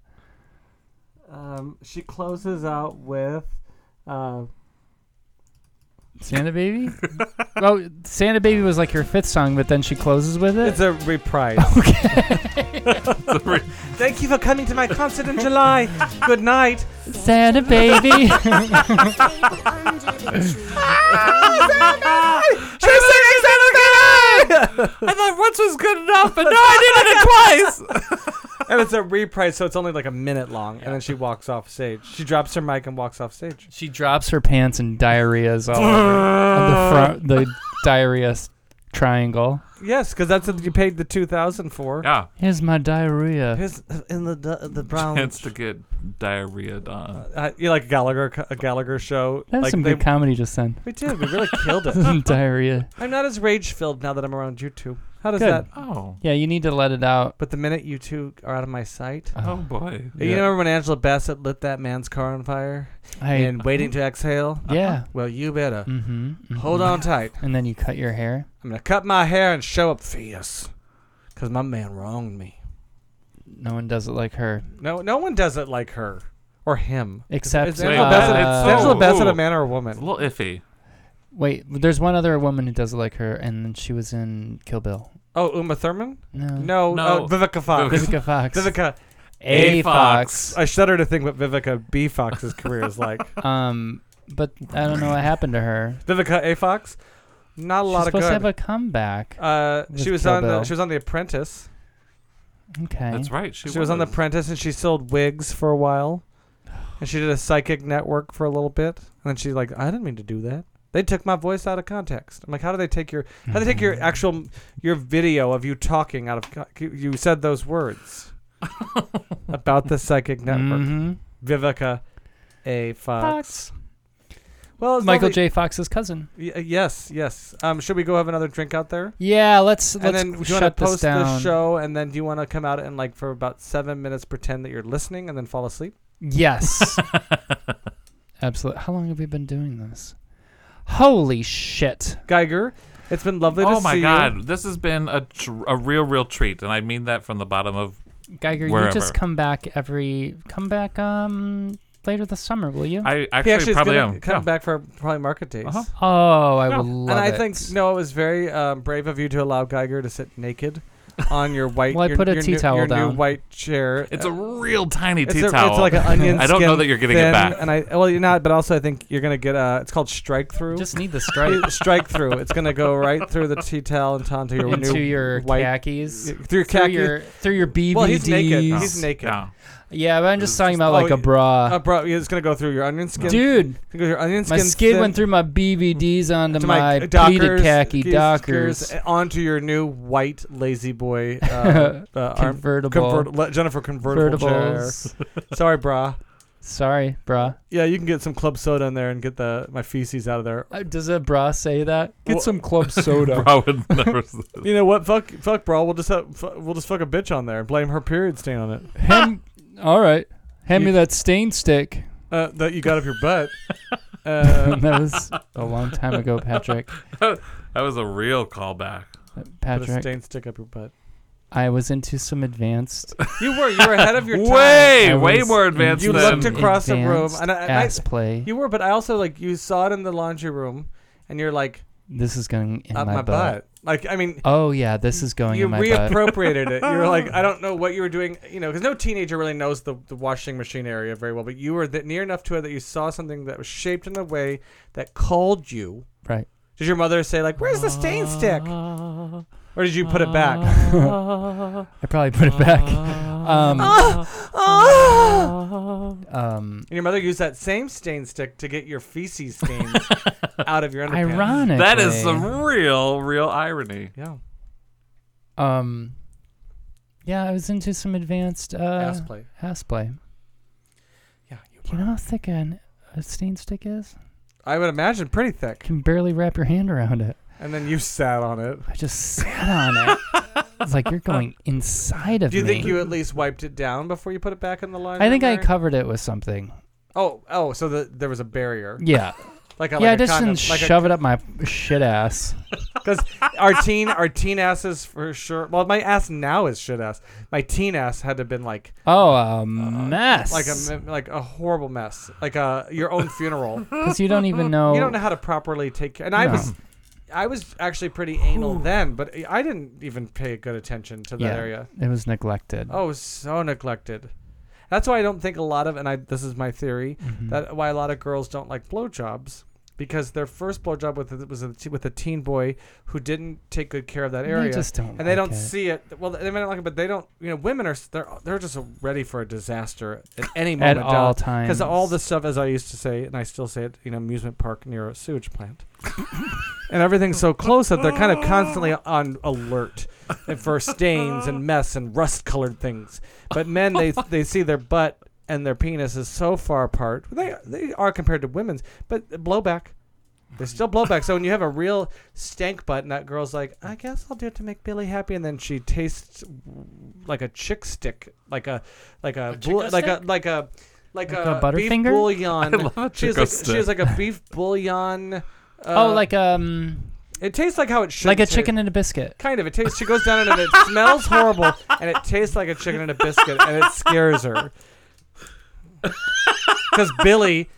Speaker 2: Um, she closes out with, uh,
Speaker 1: Santa baby. well, Santa baby was like her fifth song, but then she closes with it.
Speaker 2: it's a reprise. Thank you for coming to my concert in July. Good night.
Speaker 1: Santa baby.
Speaker 2: She's singing Santa Claus.
Speaker 3: I thought once was good enough, but no, I did it twice.
Speaker 2: and it's a reprise, so it's only like a minute long. And then she walks off stage. She drops her mic and walks off stage.
Speaker 1: she drops her pants and diarrhea is all over the front. The diarrhea s- triangle.
Speaker 2: Yes, because that's what you paid the two thousand for.
Speaker 3: Yeah,
Speaker 1: Here's my diarrhea.
Speaker 2: Here's uh, in the the, the brown.
Speaker 3: it's the good diarrhea. Don.
Speaker 2: Uh, you like Gallagher co- a Gallagher show?
Speaker 1: That was
Speaker 2: like
Speaker 1: some
Speaker 2: they,
Speaker 1: good comedy just then.
Speaker 2: we did. We really killed it.
Speaker 1: diarrhea.
Speaker 2: I'm not as rage filled now that I'm around you two. How does
Speaker 1: Good.
Speaker 2: that?
Speaker 3: Oh,
Speaker 1: Yeah, you need to let it out.
Speaker 2: But the minute you two are out of my sight.
Speaker 3: oh boy.
Speaker 2: You
Speaker 1: Uh, Yeah.
Speaker 2: remember when Angela Bassett lit that man's car on fire
Speaker 1: I,
Speaker 2: and waiting to exhale?
Speaker 1: yeah.
Speaker 2: Well, you better
Speaker 1: Mm-hmm, hmm
Speaker 2: Uh-huh. hold on tight.
Speaker 1: And then you cut your hair.
Speaker 2: I'm gonna cut my hair and show up fierce, cause my man wronged me.
Speaker 1: No one does it like her.
Speaker 2: No, no one does it like her or him.
Speaker 1: Except
Speaker 2: Is
Speaker 1: uh,
Speaker 2: Angela Bassett,
Speaker 3: uh,
Speaker 2: is Angela
Speaker 3: so-
Speaker 2: Bassett a man or a
Speaker 3: It's
Speaker 2: woman?
Speaker 3: a little iffy.
Speaker 1: Wait, there's one other woman who does it like her, and then she was in Kill Bill.
Speaker 2: Oh, Uma Thurman?
Speaker 1: No.
Speaker 2: No,
Speaker 3: No.
Speaker 2: Uh, Vivica Fox. Vivica.
Speaker 1: Vivica Fox.
Speaker 3: A Fox.
Speaker 2: I shudder to think what Vivica B. Fox's career is like.
Speaker 1: Um, but I don't know what happened to her.
Speaker 2: Vivica A. Fox? Not a
Speaker 1: She's
Speaker 2: lot of
Speaker 1: supposed to
Speaker 2: good.
Speaker 1: have a comeback.
Speaker 2: uh, she
Speaker 1: with
Speaker 2: was
Speaker 1: Kill
Speaker 2: on the
Speaker 1: Bill.
Speaker 2: she was on The Apprentice.
Speaker 1: Okay.
Speaker 3: That's right. She,
Speaker 2: She, was on The Apprentice, and she sold wigs for a while, and she did a psychic network for a little bit, and then she's like, "I didn't mean to do that." They took my voice out of context. I'm like, "How do they take your how do they take
Speaker 1: Mm-hmm.
Speaker 2: your actual your video of you talking out of co- you- you said those words about the psychic network?"
Speaker 1: hmm
Speaker 2: Vivica A. Fox.
Speaker 1: Fox.
Speaker 2: Well, it's
Speaker 1: Michael J.
Speaker 2: lovely-
Speaker 1: Fox's cousin.
Speaker 2: Y- uh, yes, yes. Um, should we go have another drink out there?
Speaker 1: Yeah, let's
Speaker 2: and
Speaker 1: let's
Speaker 2: then do you want to
Speaker 1: shut
Speaker 2: post
Speaker 1: this down.
Speaker 2: the show? And then do you want to come out and like for about seven minutes pretend that you're listening and then fall asleep?
Speaker 1: Yes. Absolutely. How long have we been doing this? Holy shit.
Speaker 2: Geiger, it's been lovely to see
Speaker 3: Oh my God!
Speaker 2: you.
Speaker 3: This has been a tr- a real, real treat, and I mean that from the bottom of.
Speaker 1: Geiger,
Speaker 3: Wherever.
Speaker 1: you just come back every come back um later this summer, will you?
Speaker 3: I
Speaker 2: He
Speaker 3: actually,
Speaker 2: actually is
Speaker 3: probably
Speaker 2: going
Speaker 3: am.
Speaker 2: to come
Speaker 3: Yeah.
Speaker 2: back for probably market days.
Speaker 3: Uh-huh.
Speaker 1: oh, I
Speaker 3: Yeah.
Speaker 1: would love
Speaker 2: And I
Speaker 1: it.
Speaker 2: think no, it was very um, brave of you to allow Geiger to sit naked on your white.
Speaker 1: Well, I
Speaker 2: your,
Speaker 1: put a
Speaker 2: your
Speaker 1: tea
Speaker 2: new,
Speaker 1: towel
Speaker 2: your new
Speaker 1: down.
Speaker 2: white chair.
Speaker 3: It's
Speaker 2: Uh,
Speaker 3: a real tiny
Speaker 2: It's,
Speaker 3: tea
Speaker 2: a- it's
Speaker 3: towel.
Speaker 2: like an onion.
Speaker 3: I don't know
Speaker 2: skin
Speaker 3: that you're getting it
Speaker 2: thin,
Speaker 3: back.
Speaker 2: And I well, you're not, but also I think you're gonna get a. It's called strike through.
Speaker 1: just need the
Speaker 2: It-
Speaker 1: stripe
Speaker 2: strike through. It's gonna go right through the tea towel and onto your new
Speaker 1: into your
Speaker 2: white
Speaker 1: khakis.
Speaker 2: through your
Speaker 1: Through
Speaker 2: khaki.
Speaker 1: your through your BVDs.
Speaker 2: well, he's naked.
Speaker 3: No.
Speaker 2: He's naked.
Speaker 3: No.
Speaker 1: Yeah, but I'm just talking about
Speaker 2: Oh,
Speaker 1: like a
Speaker 2: y-
Speaker 1: bra.
Speaker 2: Uh, bro, it's gonna go through your onion skin.
Speaker 1: Dude,
Speaker 2: It's gonna go through your onion
Speaker 1: my
Speaker 2: skin.
Speaker 1: skid
Speaker 2: thin-
Speaker 1: went through my BVDs onto
Speaker 2: to
Speaker 1: my
Speaker 2: Dockers,
Speaker 1: pleated khaki
Speaker 2: skis,
Speaker 1: Dockers.
Speaker 2: skirts, eh, onto your new white lazy boy uh, uh, arm,
Speaker 1: Convertible.
Speaker 2: convert, le- Jennifer convertible chair.
Speaker 1: Convertibles.
Speaker 2: Sorry, brah.
Speaker 1: Sorry, bra.
Speaker 2: Yeah, you can get some club soda in there and get the my feces out of there.
Speaker 1: Uh, Does a bra say that? Get
Speaker 2: Well-
Speaker 1: some club soda.
Speaker 3: I would never.
Speaker 2: You know what? Fuck, fuck, bro. We'll just have, fu- we'll just fuck a bitch on there and blame her period stain on it.
Speaker 1: Hand, all right. Hand
Speaker 2: You-
Speaker 1: me that stain stick.
Speaker 2: Uh, that you got up your butt. Uh,
Speaker 1: that was a long time ago, Patrick.
Speaker 3: that was a real callback.
Speaker 2: put a
Speaker 1: Patrick,
Speaker 2: stain stick up your butt.
Speaker 1: I was into some advanced.
Speaker 2: You were you were ahead of your time.
Speaker 3: Way,
Speaker 1: I
Speaker 3: way
Speaker 1: was
Speaker 3: more
Speaker 1: in-
Speaker 3: advanced
Speaker 2: You
Speaker 3: than
Speaker 2: looked across the room,
Speaker 1: advanced
Speaker 2: and I- and I-
Speaker 1: ass play.
Speaker 2: You were, but I also like you saw it in the laundry room, and you're like
Speaker 1: this is going in
Speaker 2: up
Speaker 1: my,
Speaker 2: my
Speaker 1: butt.
Speaker 2: butt. Like I mean,
Speaker 1: Oh yeah, this is going
Speaker 2: you
Speaker 1: in my butt.
Speaker 2: reappropriated it. You were like, I don't know what you were doing, you know, because no teenager really knows the, the washing machine area very well. But you were th- near enough to it that you saw something that was shaped in a way that called you.
Speaker 1: Right.
Speaker 2: Did your mother say like, "Where's the stain stick?" Or did you put it back?
Speaker 1: I probably put it back. Um,
Speaker 2: Oh.
Speaker 1: um,
Speaker 2: And your mother used that same stain stick to get your feces stains out of your underpants.
Speaker 1: ironically,
Speaker 3: That is some real, real irony.
Speaker 2: Yeah.
Speaker 1: Um, yeah, I was into some advanced uh,
Speaker 2: Ass play.
Speaker 1: ass play.
Speaker 2: Yeah, you
Speaker 1: You know how thick an, a stain stick is?
Speaker 2: I would imagine pretty thick.
Speaker 1: can barely wrap your hand around it.
Speaker 2: And then you sat on it.
Speaker 1: I just sat on it. It's like you're going inside of
Speaker 2: Do you
Speaker 1: me.
Speaker 2: think you at least wiped it down before you put it back in the laundry?
Speaker 1: I think I
Speaker 2: dryer?
Speaker 1: covered it with something.
Speaker 2: Oh, oh, so the, there was a barrier.
Speaker 1: Yeah,
Speaker 2: Like a,
Speaker 1: yeah.
Speaker 2: like
Speaker 1: I just
Speaker 2: a condom,
Speaker 1: didn't
Speaker 2: like
Speaker 1: shove it up my shit ass.
Speaker 2: Because our teen, our teen asses for sure. Well, my ass now is shit ass. My teen ass had to have been like,
Speaker 1: Oh, a mess.
Speaker 2: Uh, like a, like a horrible mess, like a your own funeral.
Speaker 1: because you don't even know.
Speaker 2: You don't know how to properly take care. And I
Speaker 1: No.
Speaker 2: was, I was actually pretty anal then, but I didn't even pay good attention to that
Speaker 1: yeah,
Speaker 2: area.
Speaker 1: it was neglected.
Speaker 2: Oh, so neglected. That's why I don't think a lot of, and I this is my theory,
Speaker 1: Mm-hmm.
Speaker 2: that why a lot of girls don't like blowjobs because their first blowjob with a- was a, t- with a teen boy who didn't take good care of that
Speaker 1: They
Speaker 2: area,
Speaker 1: just don't
Speaker 2: and they
Speaker 1: like
Speaker 2: don't
Speaker 1: it.
Speaker 2: see it. Well, they may not like it, but they don't. You know, women are s- they're they're just ready for a disaster at any
Speaker 1: At
Speaker 2: moment
Speaker 1: all
Speaker 2: because
Speaker 1: times.
Speaker 2: all this stuff, as I used to say, and I still say it, you know, amusement park near a sewage plant. And everything's so close that they're kind of constantly on alert for stains and mess and rust-colored things. But men, they they see their butt and their penis is so far apart. They they are compared to women's, but blowback. There's still blowback. So when you have a real stank butt, and that girl's like, I guess I'll do it to make Billy happy, and then she tastes like a chick stick, like a like a, bou- like a like a like,
Speaker 1: Like
Speaker 2: a,
Speaker 1: a Butterfinger?
Speaker 2: beef bouillon.
Speaker 3: I love a
Speaker 2: she has
Speaker 3: Chico
Speaker 2: like she
Speaker 3: stick.
Speaker 2: has like a beef bouillon. Uh,
Speaker 1: oh, like um,
Speaker 2: it tastes like how it should.
Speaker 1: like a
Speaker 2: taste.
Speaker 1: chicken and a biscuit.
Speaker 2: Kind of. It tastes. She goes down in it and it smells horrible, and it tastes like a chicken and a biscuit, and it scares her. Because Billy,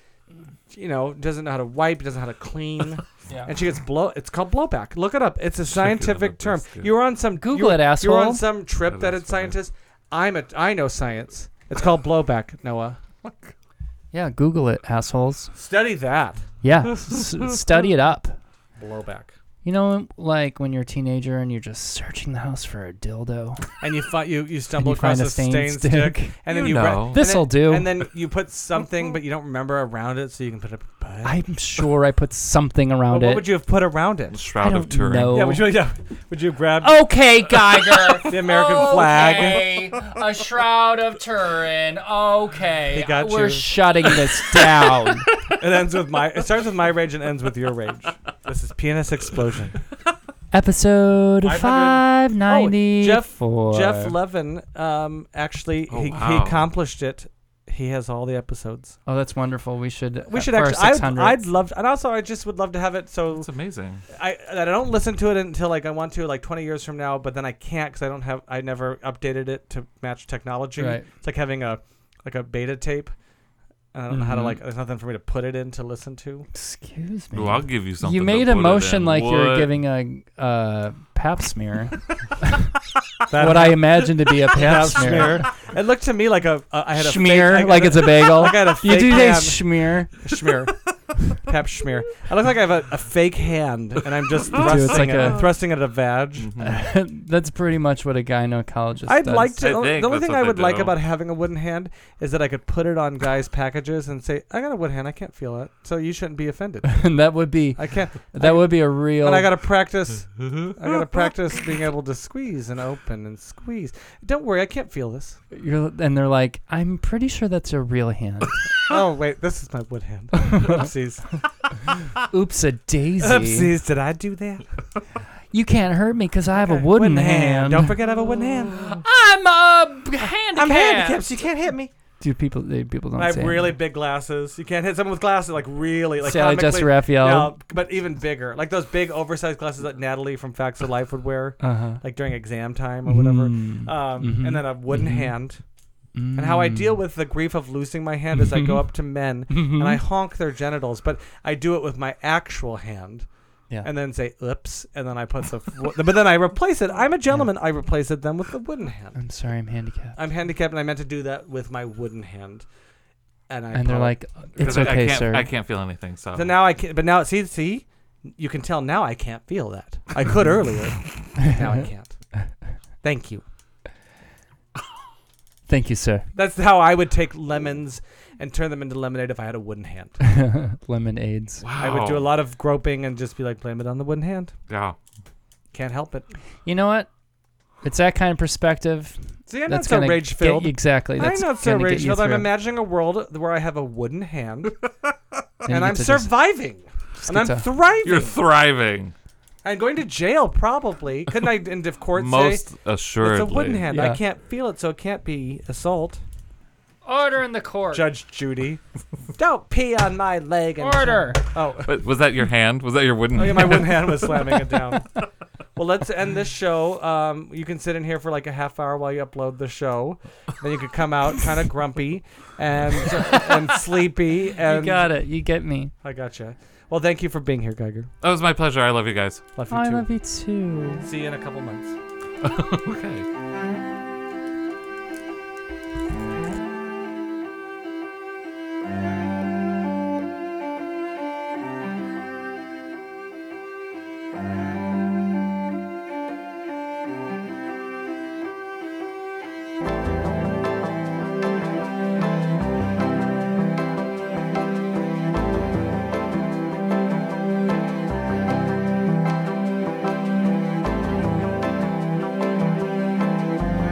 Speaker 2: you know, doesn't know how to wipe, doesn't know how to clean,
Speaker 1: Yeah.
Speaker 2: and she gets blow. It's called blowback. Look it up. It's a scientific term.
Speaker 3: biscuit.
Speaker 2: You were on some
Speaker 1: Google
Speaker 2: you were-
Speaker 1: it,
Speaker 2: You were on
Speaker 1: asshole.
Speaker 2: some trip that had
Speaker 3: that's funny.
Speaker 2: scientists. I'm a. I know science. It's called blowback, Noah.
Speaker 1: Yeah, Google it, assholes.
Speaker 2: Study that.
Speaker 1: Yeah, s- study it up.
Speaker 2: Blowback.
Speaker 1: You know, like when you're a teenager and you're just searching the house for a dildo.
Speaker 2: and you find you you stumble
Speaker 1: you
Speaker 2: across
Speaker 1: find
Speaker 2: a
Speaker 1: a stained
Speaker 2: stained,
Speaker 1: stick.
Speaker 2: stick, and then
Speaker 3: You
Speaker 2: you, ra-
Speaker 3: know.
Speaker 2: and
Speaker 1: This'll
Speaker 2: then-
Speaker 1: do.
Speaker 2: And then you put something, but you don't remember around it, so you can put a. But,
Speaker 1: I'm sure I put something around
Speaker 2: Well, what
Speaker 1: it.
Speaker 2: would you have put around it?
Speaker 3: Shroud
Speaker 1: I
Speaker 3: of
Speaker 1: don't
Speaker 3: Turin.
Speaker 1: know.
Speaker 2: Yeah, would you yeah, would you grab
Speaker 1: Okay, Geiger.
Speaker 2: the American flag?
Speaker 1: a shroud of Turin. Okay,
Speaker 2: He got
Speaker 1: we're
Speaker 2: you.
Speaker 1: shutting this down.
Speaker 2: It ends with my. It starts with my rage and ends with your rage. This is PNS explosion.
Speaker 1: Episode
Speaker 2: 500
Speaker 1: five ninety
Speaker 2: Oh, Jeff Jeff Levin um, actually
Speaker 3: Oh,
Speaker 2: he, he
Speaker 3: wow.
Speaker 2: accomplished it. He has all the episodes.
Speaker 1: Oh, that's wonderful. We should.
Speaker 2: We
Speaker 1: uh,
Speaker 2: should
Speaker 1: for our
Speaker 2: actually. I'd,
Speaker 1: 600.
Speaker 2: I'd love, to, and also I just would love to have it. So
Speaker 3: It's amazing.
Speaker 2: I I don't listen to it until like I want to, like 20 years from now. But then I can't because I don't have. I never updated it to match technology.
Speaker 1: Right.
Speaker 2: It's like having a like a beta tape. And I don't know how to
Speaker 1: Mhm.
Speaker 2: like. There's nothing for me to put it in to listen to.
Speaker 1: Excuse me.
Speaker 3: Well, I'll give you something.
Speaker 1: you
Speaker 3: to
Speaker 1: made
Speaker 3: put
Speaker 1: a
Speaker 3: it
Speaker 1: motion
Speaker 3: in.
Speaker 1: like you were
Speaker 3: What?
Speaker 1: giving a uh, pap smear.
Speaker 2: That-
Speaker 1: what I imagine to be a pap
Speaker 2: Pap
Speaker 1: smear.
Speaker 2: It looked to me like a. a I had a fake-
Speaker 1: Schmear,
Speaker 2: I got
Speaker 1: like it's a bagel.
Speaker 2: I got a
Speaker 1: you
Speaker 2: fake
Speaker 1: do say
Speaker 2: hand.
Speaker 1: schmear.
Speaker 2: schmear. Pap schmear. I look like I have a, a fake hand, and I'm just
Speaker 1: do, it's
Speaker 2: thrusting,
Speaker 1: like
Speaker 2: it,
Speaker 1: a-
Speaker 2: thrusting it at a vag.
Speaker 3: Mhm.
Speaker 1: that's pretty much what a gynecologist
Speaker 2: I'd
Speaker 1: does.
Speaker 2: like
Speaker 3: I
Speaker 2: to.
Speaker 3: think
Speaker 2: The only
Speaker 3: that's
Speaker 2: thing
Speaker 3: what
Speaker 2: I
Speaker 3: they
Speaker 2: would like
Speaker 3: do.
Speaker 2: about having a wooden hand is that I could put it on guys' packages and say, "I got a wooden hand. I can't feel it, so you shouldn't be offended.
Speaker 1: and that would be
Speaker 2: I can't."
Speaker 1: that would be a real.
Speaker 2: And I gotta practice. I gotta practice being able to squeeze and open and squeeze. Don't worry, I can't feel this.
Speaker 1: You're, and they're like, I'm pretty sure that's a real hand.
Speaker 2: Oh wait, this is my wood hand. Oopsies.
Speaker 1: Oops, a daisy.
Speaker 2: Oopsies. Did I do that?
Speaker 1: You can't hurt me because I have a
Speaker 2: Okay,
Speaker 1: wooden, hand.
Speaker 2: Don't forget I have a wooden hand.
Speaker 1: I'm a handicapped.
Speaker 2: I'm handicapped, so you can't hit me.
Speaker 1: Dude, people, they, people don't
Speaker 2: I have
Speaker 1: say
Speaker 2: really big glasses. You can't hit someone with glasses like really like
Speaker 1: Sally
Speaker 2: comically-
Speaker 1: Jesse Raphael.
Speaker 2: No, but even bigger, like those big oversized glasses that Natalie from Facts of Life would wear,
Speaker 1: Uh huh.
Speaker 2: like during exam time or whatever.
Speaker 1: Mm.
Speaker 2: Um,
Speaker 1: Mhm.
Speaker 2: And then a wooden
Speaker 1: Mhm.
Speaker 2: hand. And how I
Speaker 1: Hmm. Mm.
Speaker 2: deal with the grief of losing my hand is I go up to men and
Speaker 1: Mm-hmm.
Speaker 2: I honk their genitals, but I do it with my actual hand.
Speaker 1: Yeah.
Speaker 2: And then say oops, and then I put the, wo- but then I replace it. I'm a gentleman. I replace it then with the wooden hand.
Speaker 1: I'm sorry, I'm handicapped.
Speaker 2: I'm handicapped, and I meant to do that with my wooden hand. And I
Speaker 1: and they're
Speaker 2: apologize.
Speaker 1: like, it's
Speaker 3: 'Cause I- I
Speaker 1: okay,
Speaker 3: can't,
Speaker 1: sir.
Speaker 3: I can't feel anything. So,
Speaker 2: So now I can, but now see, see, you can tell now I can't feel that. I could earlier. now I can't. Thank you.
Speaker 1: Thank you, sir.
Speaker 2: That's how I would take lemons and turn them into lemonade if I had a wooden hand.
Speaker 1: Lemonades.
Speaker 3: wow.
Speaker 2: I would
Speaker 1: Oh.
Speaker 2: do a lot of groping and just be like, blame it on the wooden hand.
Speaker 3: Yeah.
Speaker 2: Can't help it.
Speaker 1: You know what? It's that kind of perspective.
Speaker 2: See, I'm
Speaker 1: that's
Speaker 2: not so
Speaker 1: gonna get-
Speaker 2: rage filled.
Speaker 1: Exactly.
Speaker 2: I'm
Speaker 1: That's
Speaker 2: not so
Speaker 1: gonna get
Speaker 2: rage
Speaker 1: you
Speaker 2: filled. I'm
Speaker 1: through.
Speaker 2: imagining a world where I have a wooden hand
Speaker 1: Then you
Speaker 2: and
Speaker 1: get
Speaker 2: I'm
Speaker 1: to just-
Speaker 2: surviving.
Speaker 1: just
Speaker 2: And
Speaker 1: get
Speaker 2: I'm
Speaker 1: to-
Speaker 2: thriving.
Speaker 3: You're thriving.
Speaker 2: I'm going to jail probably. Couldn't I? And if court say
Speaker 3: Most
Speaker 2: it's
Speaker 3: assuredly.
Speaker 2: a wooden hand,
Speaker 1: Yeah.
Speaker 2: I can't feel it, so it can't be assault.
Speaker 1: Order in the court.
Speaker 2: Judge Judy. Don't pee on my leg. And
Speaker 1: Order.
Speaker 2: Oh,
Speaker 3: But was that your hand? Was that your wooden
Speaker 2: oh yeah,
Speaker 3: hand?
Speaker 2: my wooden hand was slamming it down. Well, let's end this show. Um, you can sit in here for like a half hour while you upload the show. Then you could come out kind of grumpy and and sleepy. And
Speaker 1: you got it. You get me.
Speaker 2: I gotcha. Well, thank you for being here, Geiger.
Speaker 3: That was my pleasure. I love you guys.
Speaker 2: Oh, Love you
Speaker 1: I
Speaker 2: too.
Speaker 1: love you too.
Speaker 2: See you in a couple months.
Speaker 3: Okay.
Speaker 1: Thank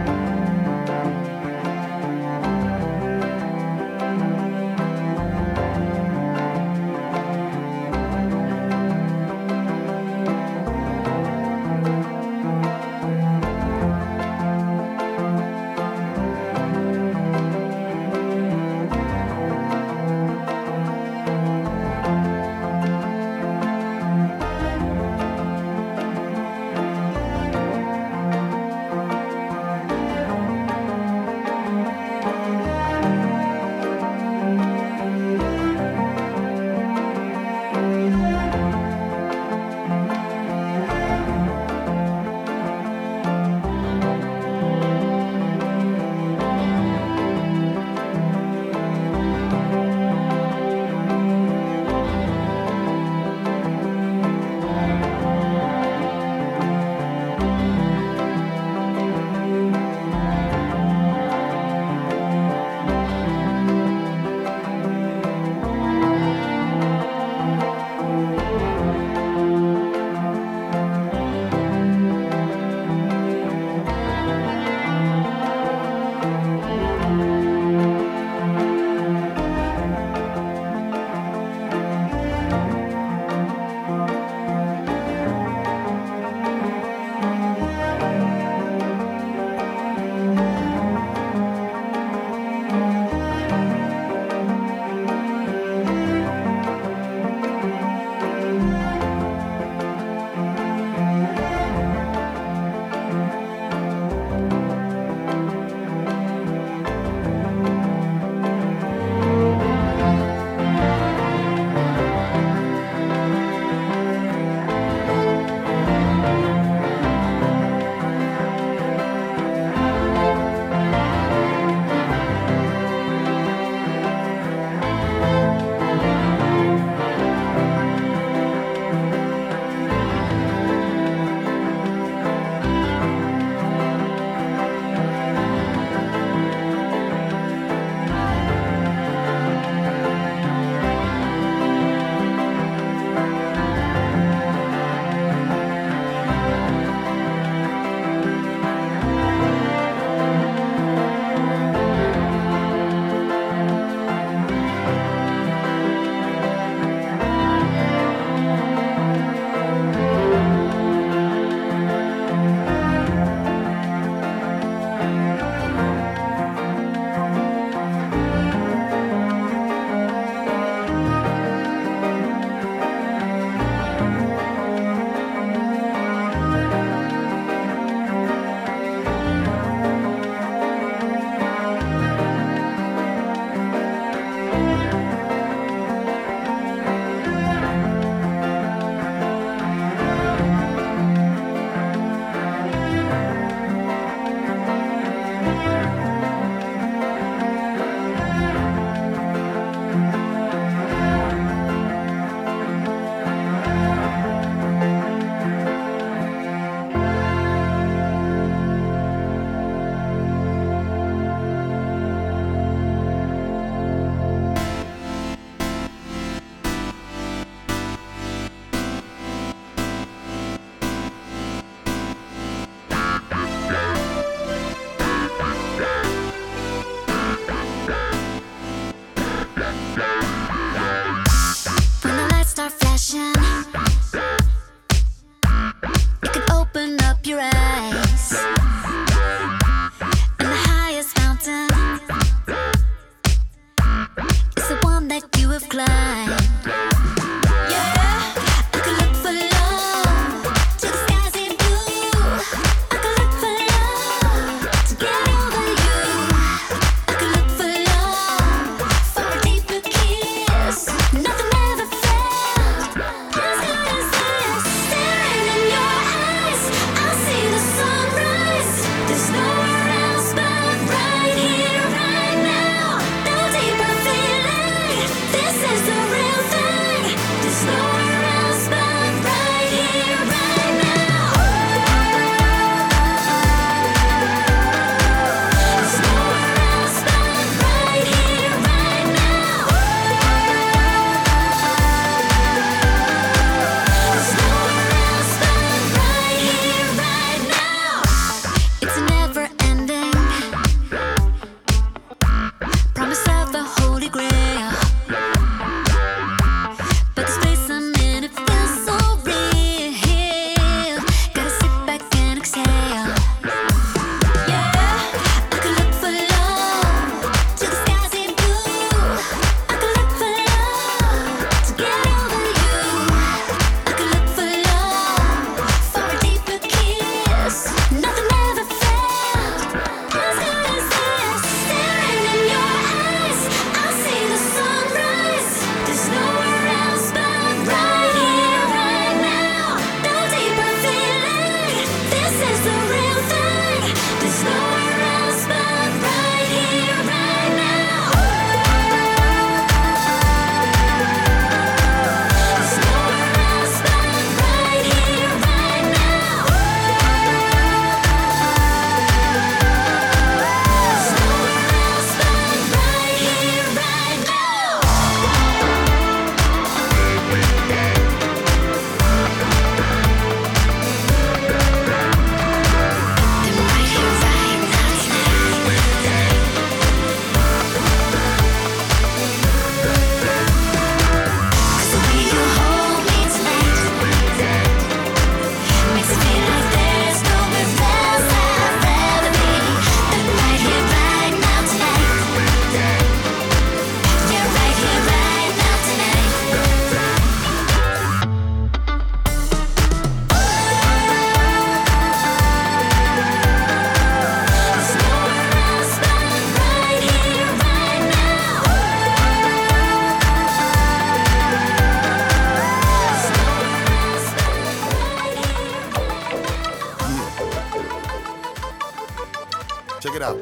Speaker 7: up.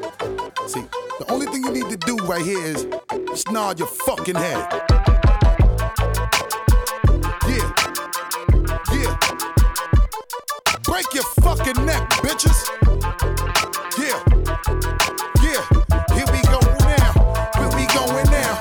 Speaker 7: See, the only thing you need to do right here is just nod your fucking head. Yeah. Yeah. Break your fucking neck, bitches. Yeah. Yeah. Here we go now. Where we going now?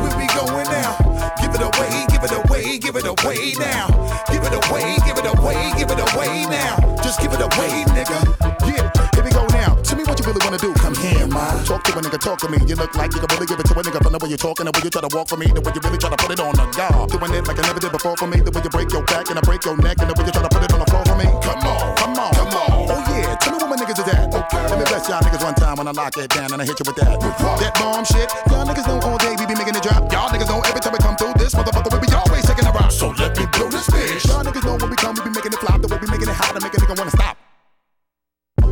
Speaker 7: Where we going now? Give it away, give it away, give it away now. Give it away, give it away, give it away now. Just give it away, nigga. Yeah. Here we go now. Tell me what you really wanna do. Come here, ma. Talk to a nigga, talk to me. You look like you can really give it to a nigga from the way you talking, the way you try to walk for me, the way you really try to put it on the guard. Doing it like I never did before for me, the way you break your back and I break your neck, and the way you try to put it on the floor for me. Come on, come on, come on. Oh yeah, tell me what my niggas is at. Okay. Let me bless y'all niggas one time when I lock it down and I hit you with that. That bomb shit. Y'all niggas know all day we be making it drop. Y'all niggas know every time we come through this motherfucker we be always taking a rock. So let me blow this bitch. Y'all niggas know when we come we be making it flop, the way we making it hot to make a nigga wanna stop.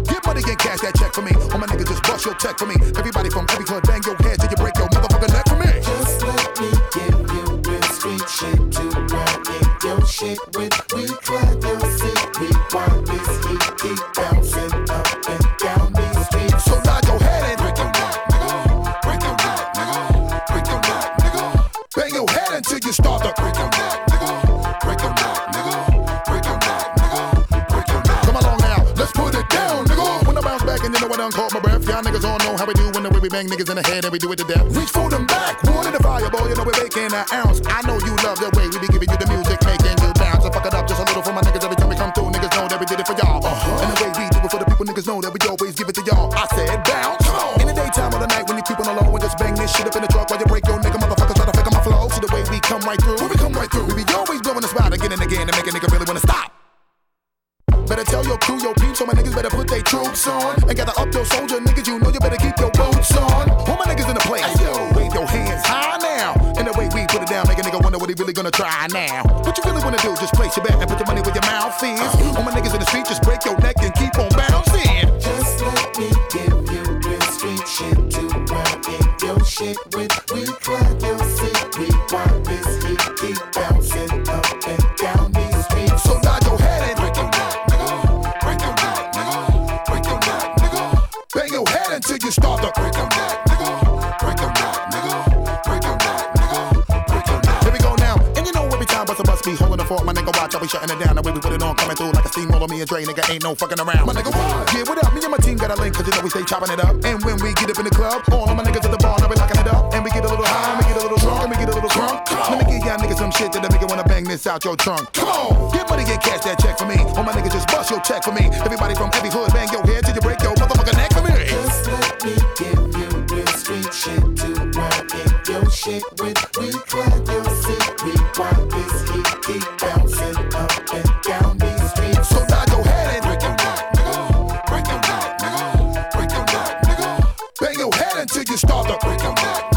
Speaker 7: Get money and cash that check for me. All my niggas just bust your check for me. Everybody from every hood, bang your head till you break your motherfucking neck for me.
Speaker 8: Just let me give you real street shit to ride in your shit with. We try your seat, we want this heat, keep bouncing up and down these streets.
Speaker 7: So nod your head and break your neck, nigga. Break your neck, nigga. Break your neck, nigga. Bang your head until you start to break your neck, nigga. Break your neck, nigga. Break your neck, nigga. Break your neck. Come along now, let's put it down, nigga. When I bounce back and you know what I'm caught my breath. Y'all niggas all know how we do when the way we bang niggas in the head and we do it to death. Reach for them back, wood in the fire, boy. You know we baking an ounce. I know you love the way we be giving you the music, making you bounce. I fuck it up just a little for my niggas every time we come through. Niggas know that we did it for y'all. Uh-huh. And the way we do it for the people, niggas know that we always give it to y'all. I said bounce. Come on. In the daytime or the night when you creeping alone, we just bang this shit up in the truck while you break your nigga motherfuckers try to fake on my flow. See the way we come right through. We come right through. We be always blowing the spot again and again to make a nigga really wanna stop. Better tell your crew, your peeps, so my niggas better put their troops on. And gather up your soldier niggas, you know you better keep your boots on. All my niggas in the place, yo, wave your hands high now. And the way we put it down, make a nigga wonder what he really gonna try now. What you really wanna do, just place your bet and put your money where your mouth is. All my niggas in the street, just break your neck and keep on bouncing.
Speaker 8: Just let me give you real street shit to ride in your shit with. We try your seat, we want this heat, keep bouncing up and down these streets.
Speaker 7: So nod your head and break your neck, nigga. Break your neck, nigga. Break your neck, nigga. Bang your head until you start to break your neck, nigga. Break your neck, nigga. Break your neck, nigga. Break your neck. Here we go now. And you know every time bust a bus be holding the fort, my nigga watch, I'll be shutting it down. The way we put it on, coming through like a steamroller, me and Dre, nigga ain't no fucking around. My nigga, what? Yeah, what up? Me and my team got a link, cause you know we stay chopping it up. And when we get up in the club, all of my niggas at the bar, now we locking it up. And we get a little high, and we get a little drunk, and we get a little drunk. Let me give y'all niggas some shit that make it wanna bang this out your trunk. Come on, get money and cash that check for me. All my niggas just bust your check for me. Everybody from every hood, bang your head till you break your motherfucking neck for me.
Speaker 8: Just let me give you real street shit to ride in your shit with. We try your seat, we want this heat, keep bouncing up and down these streets.
Speaker 7: So nod your head and break your neck, nigga. Break your neck, nigga. Break your neck, nigga. Bang your head until you start to break your neck,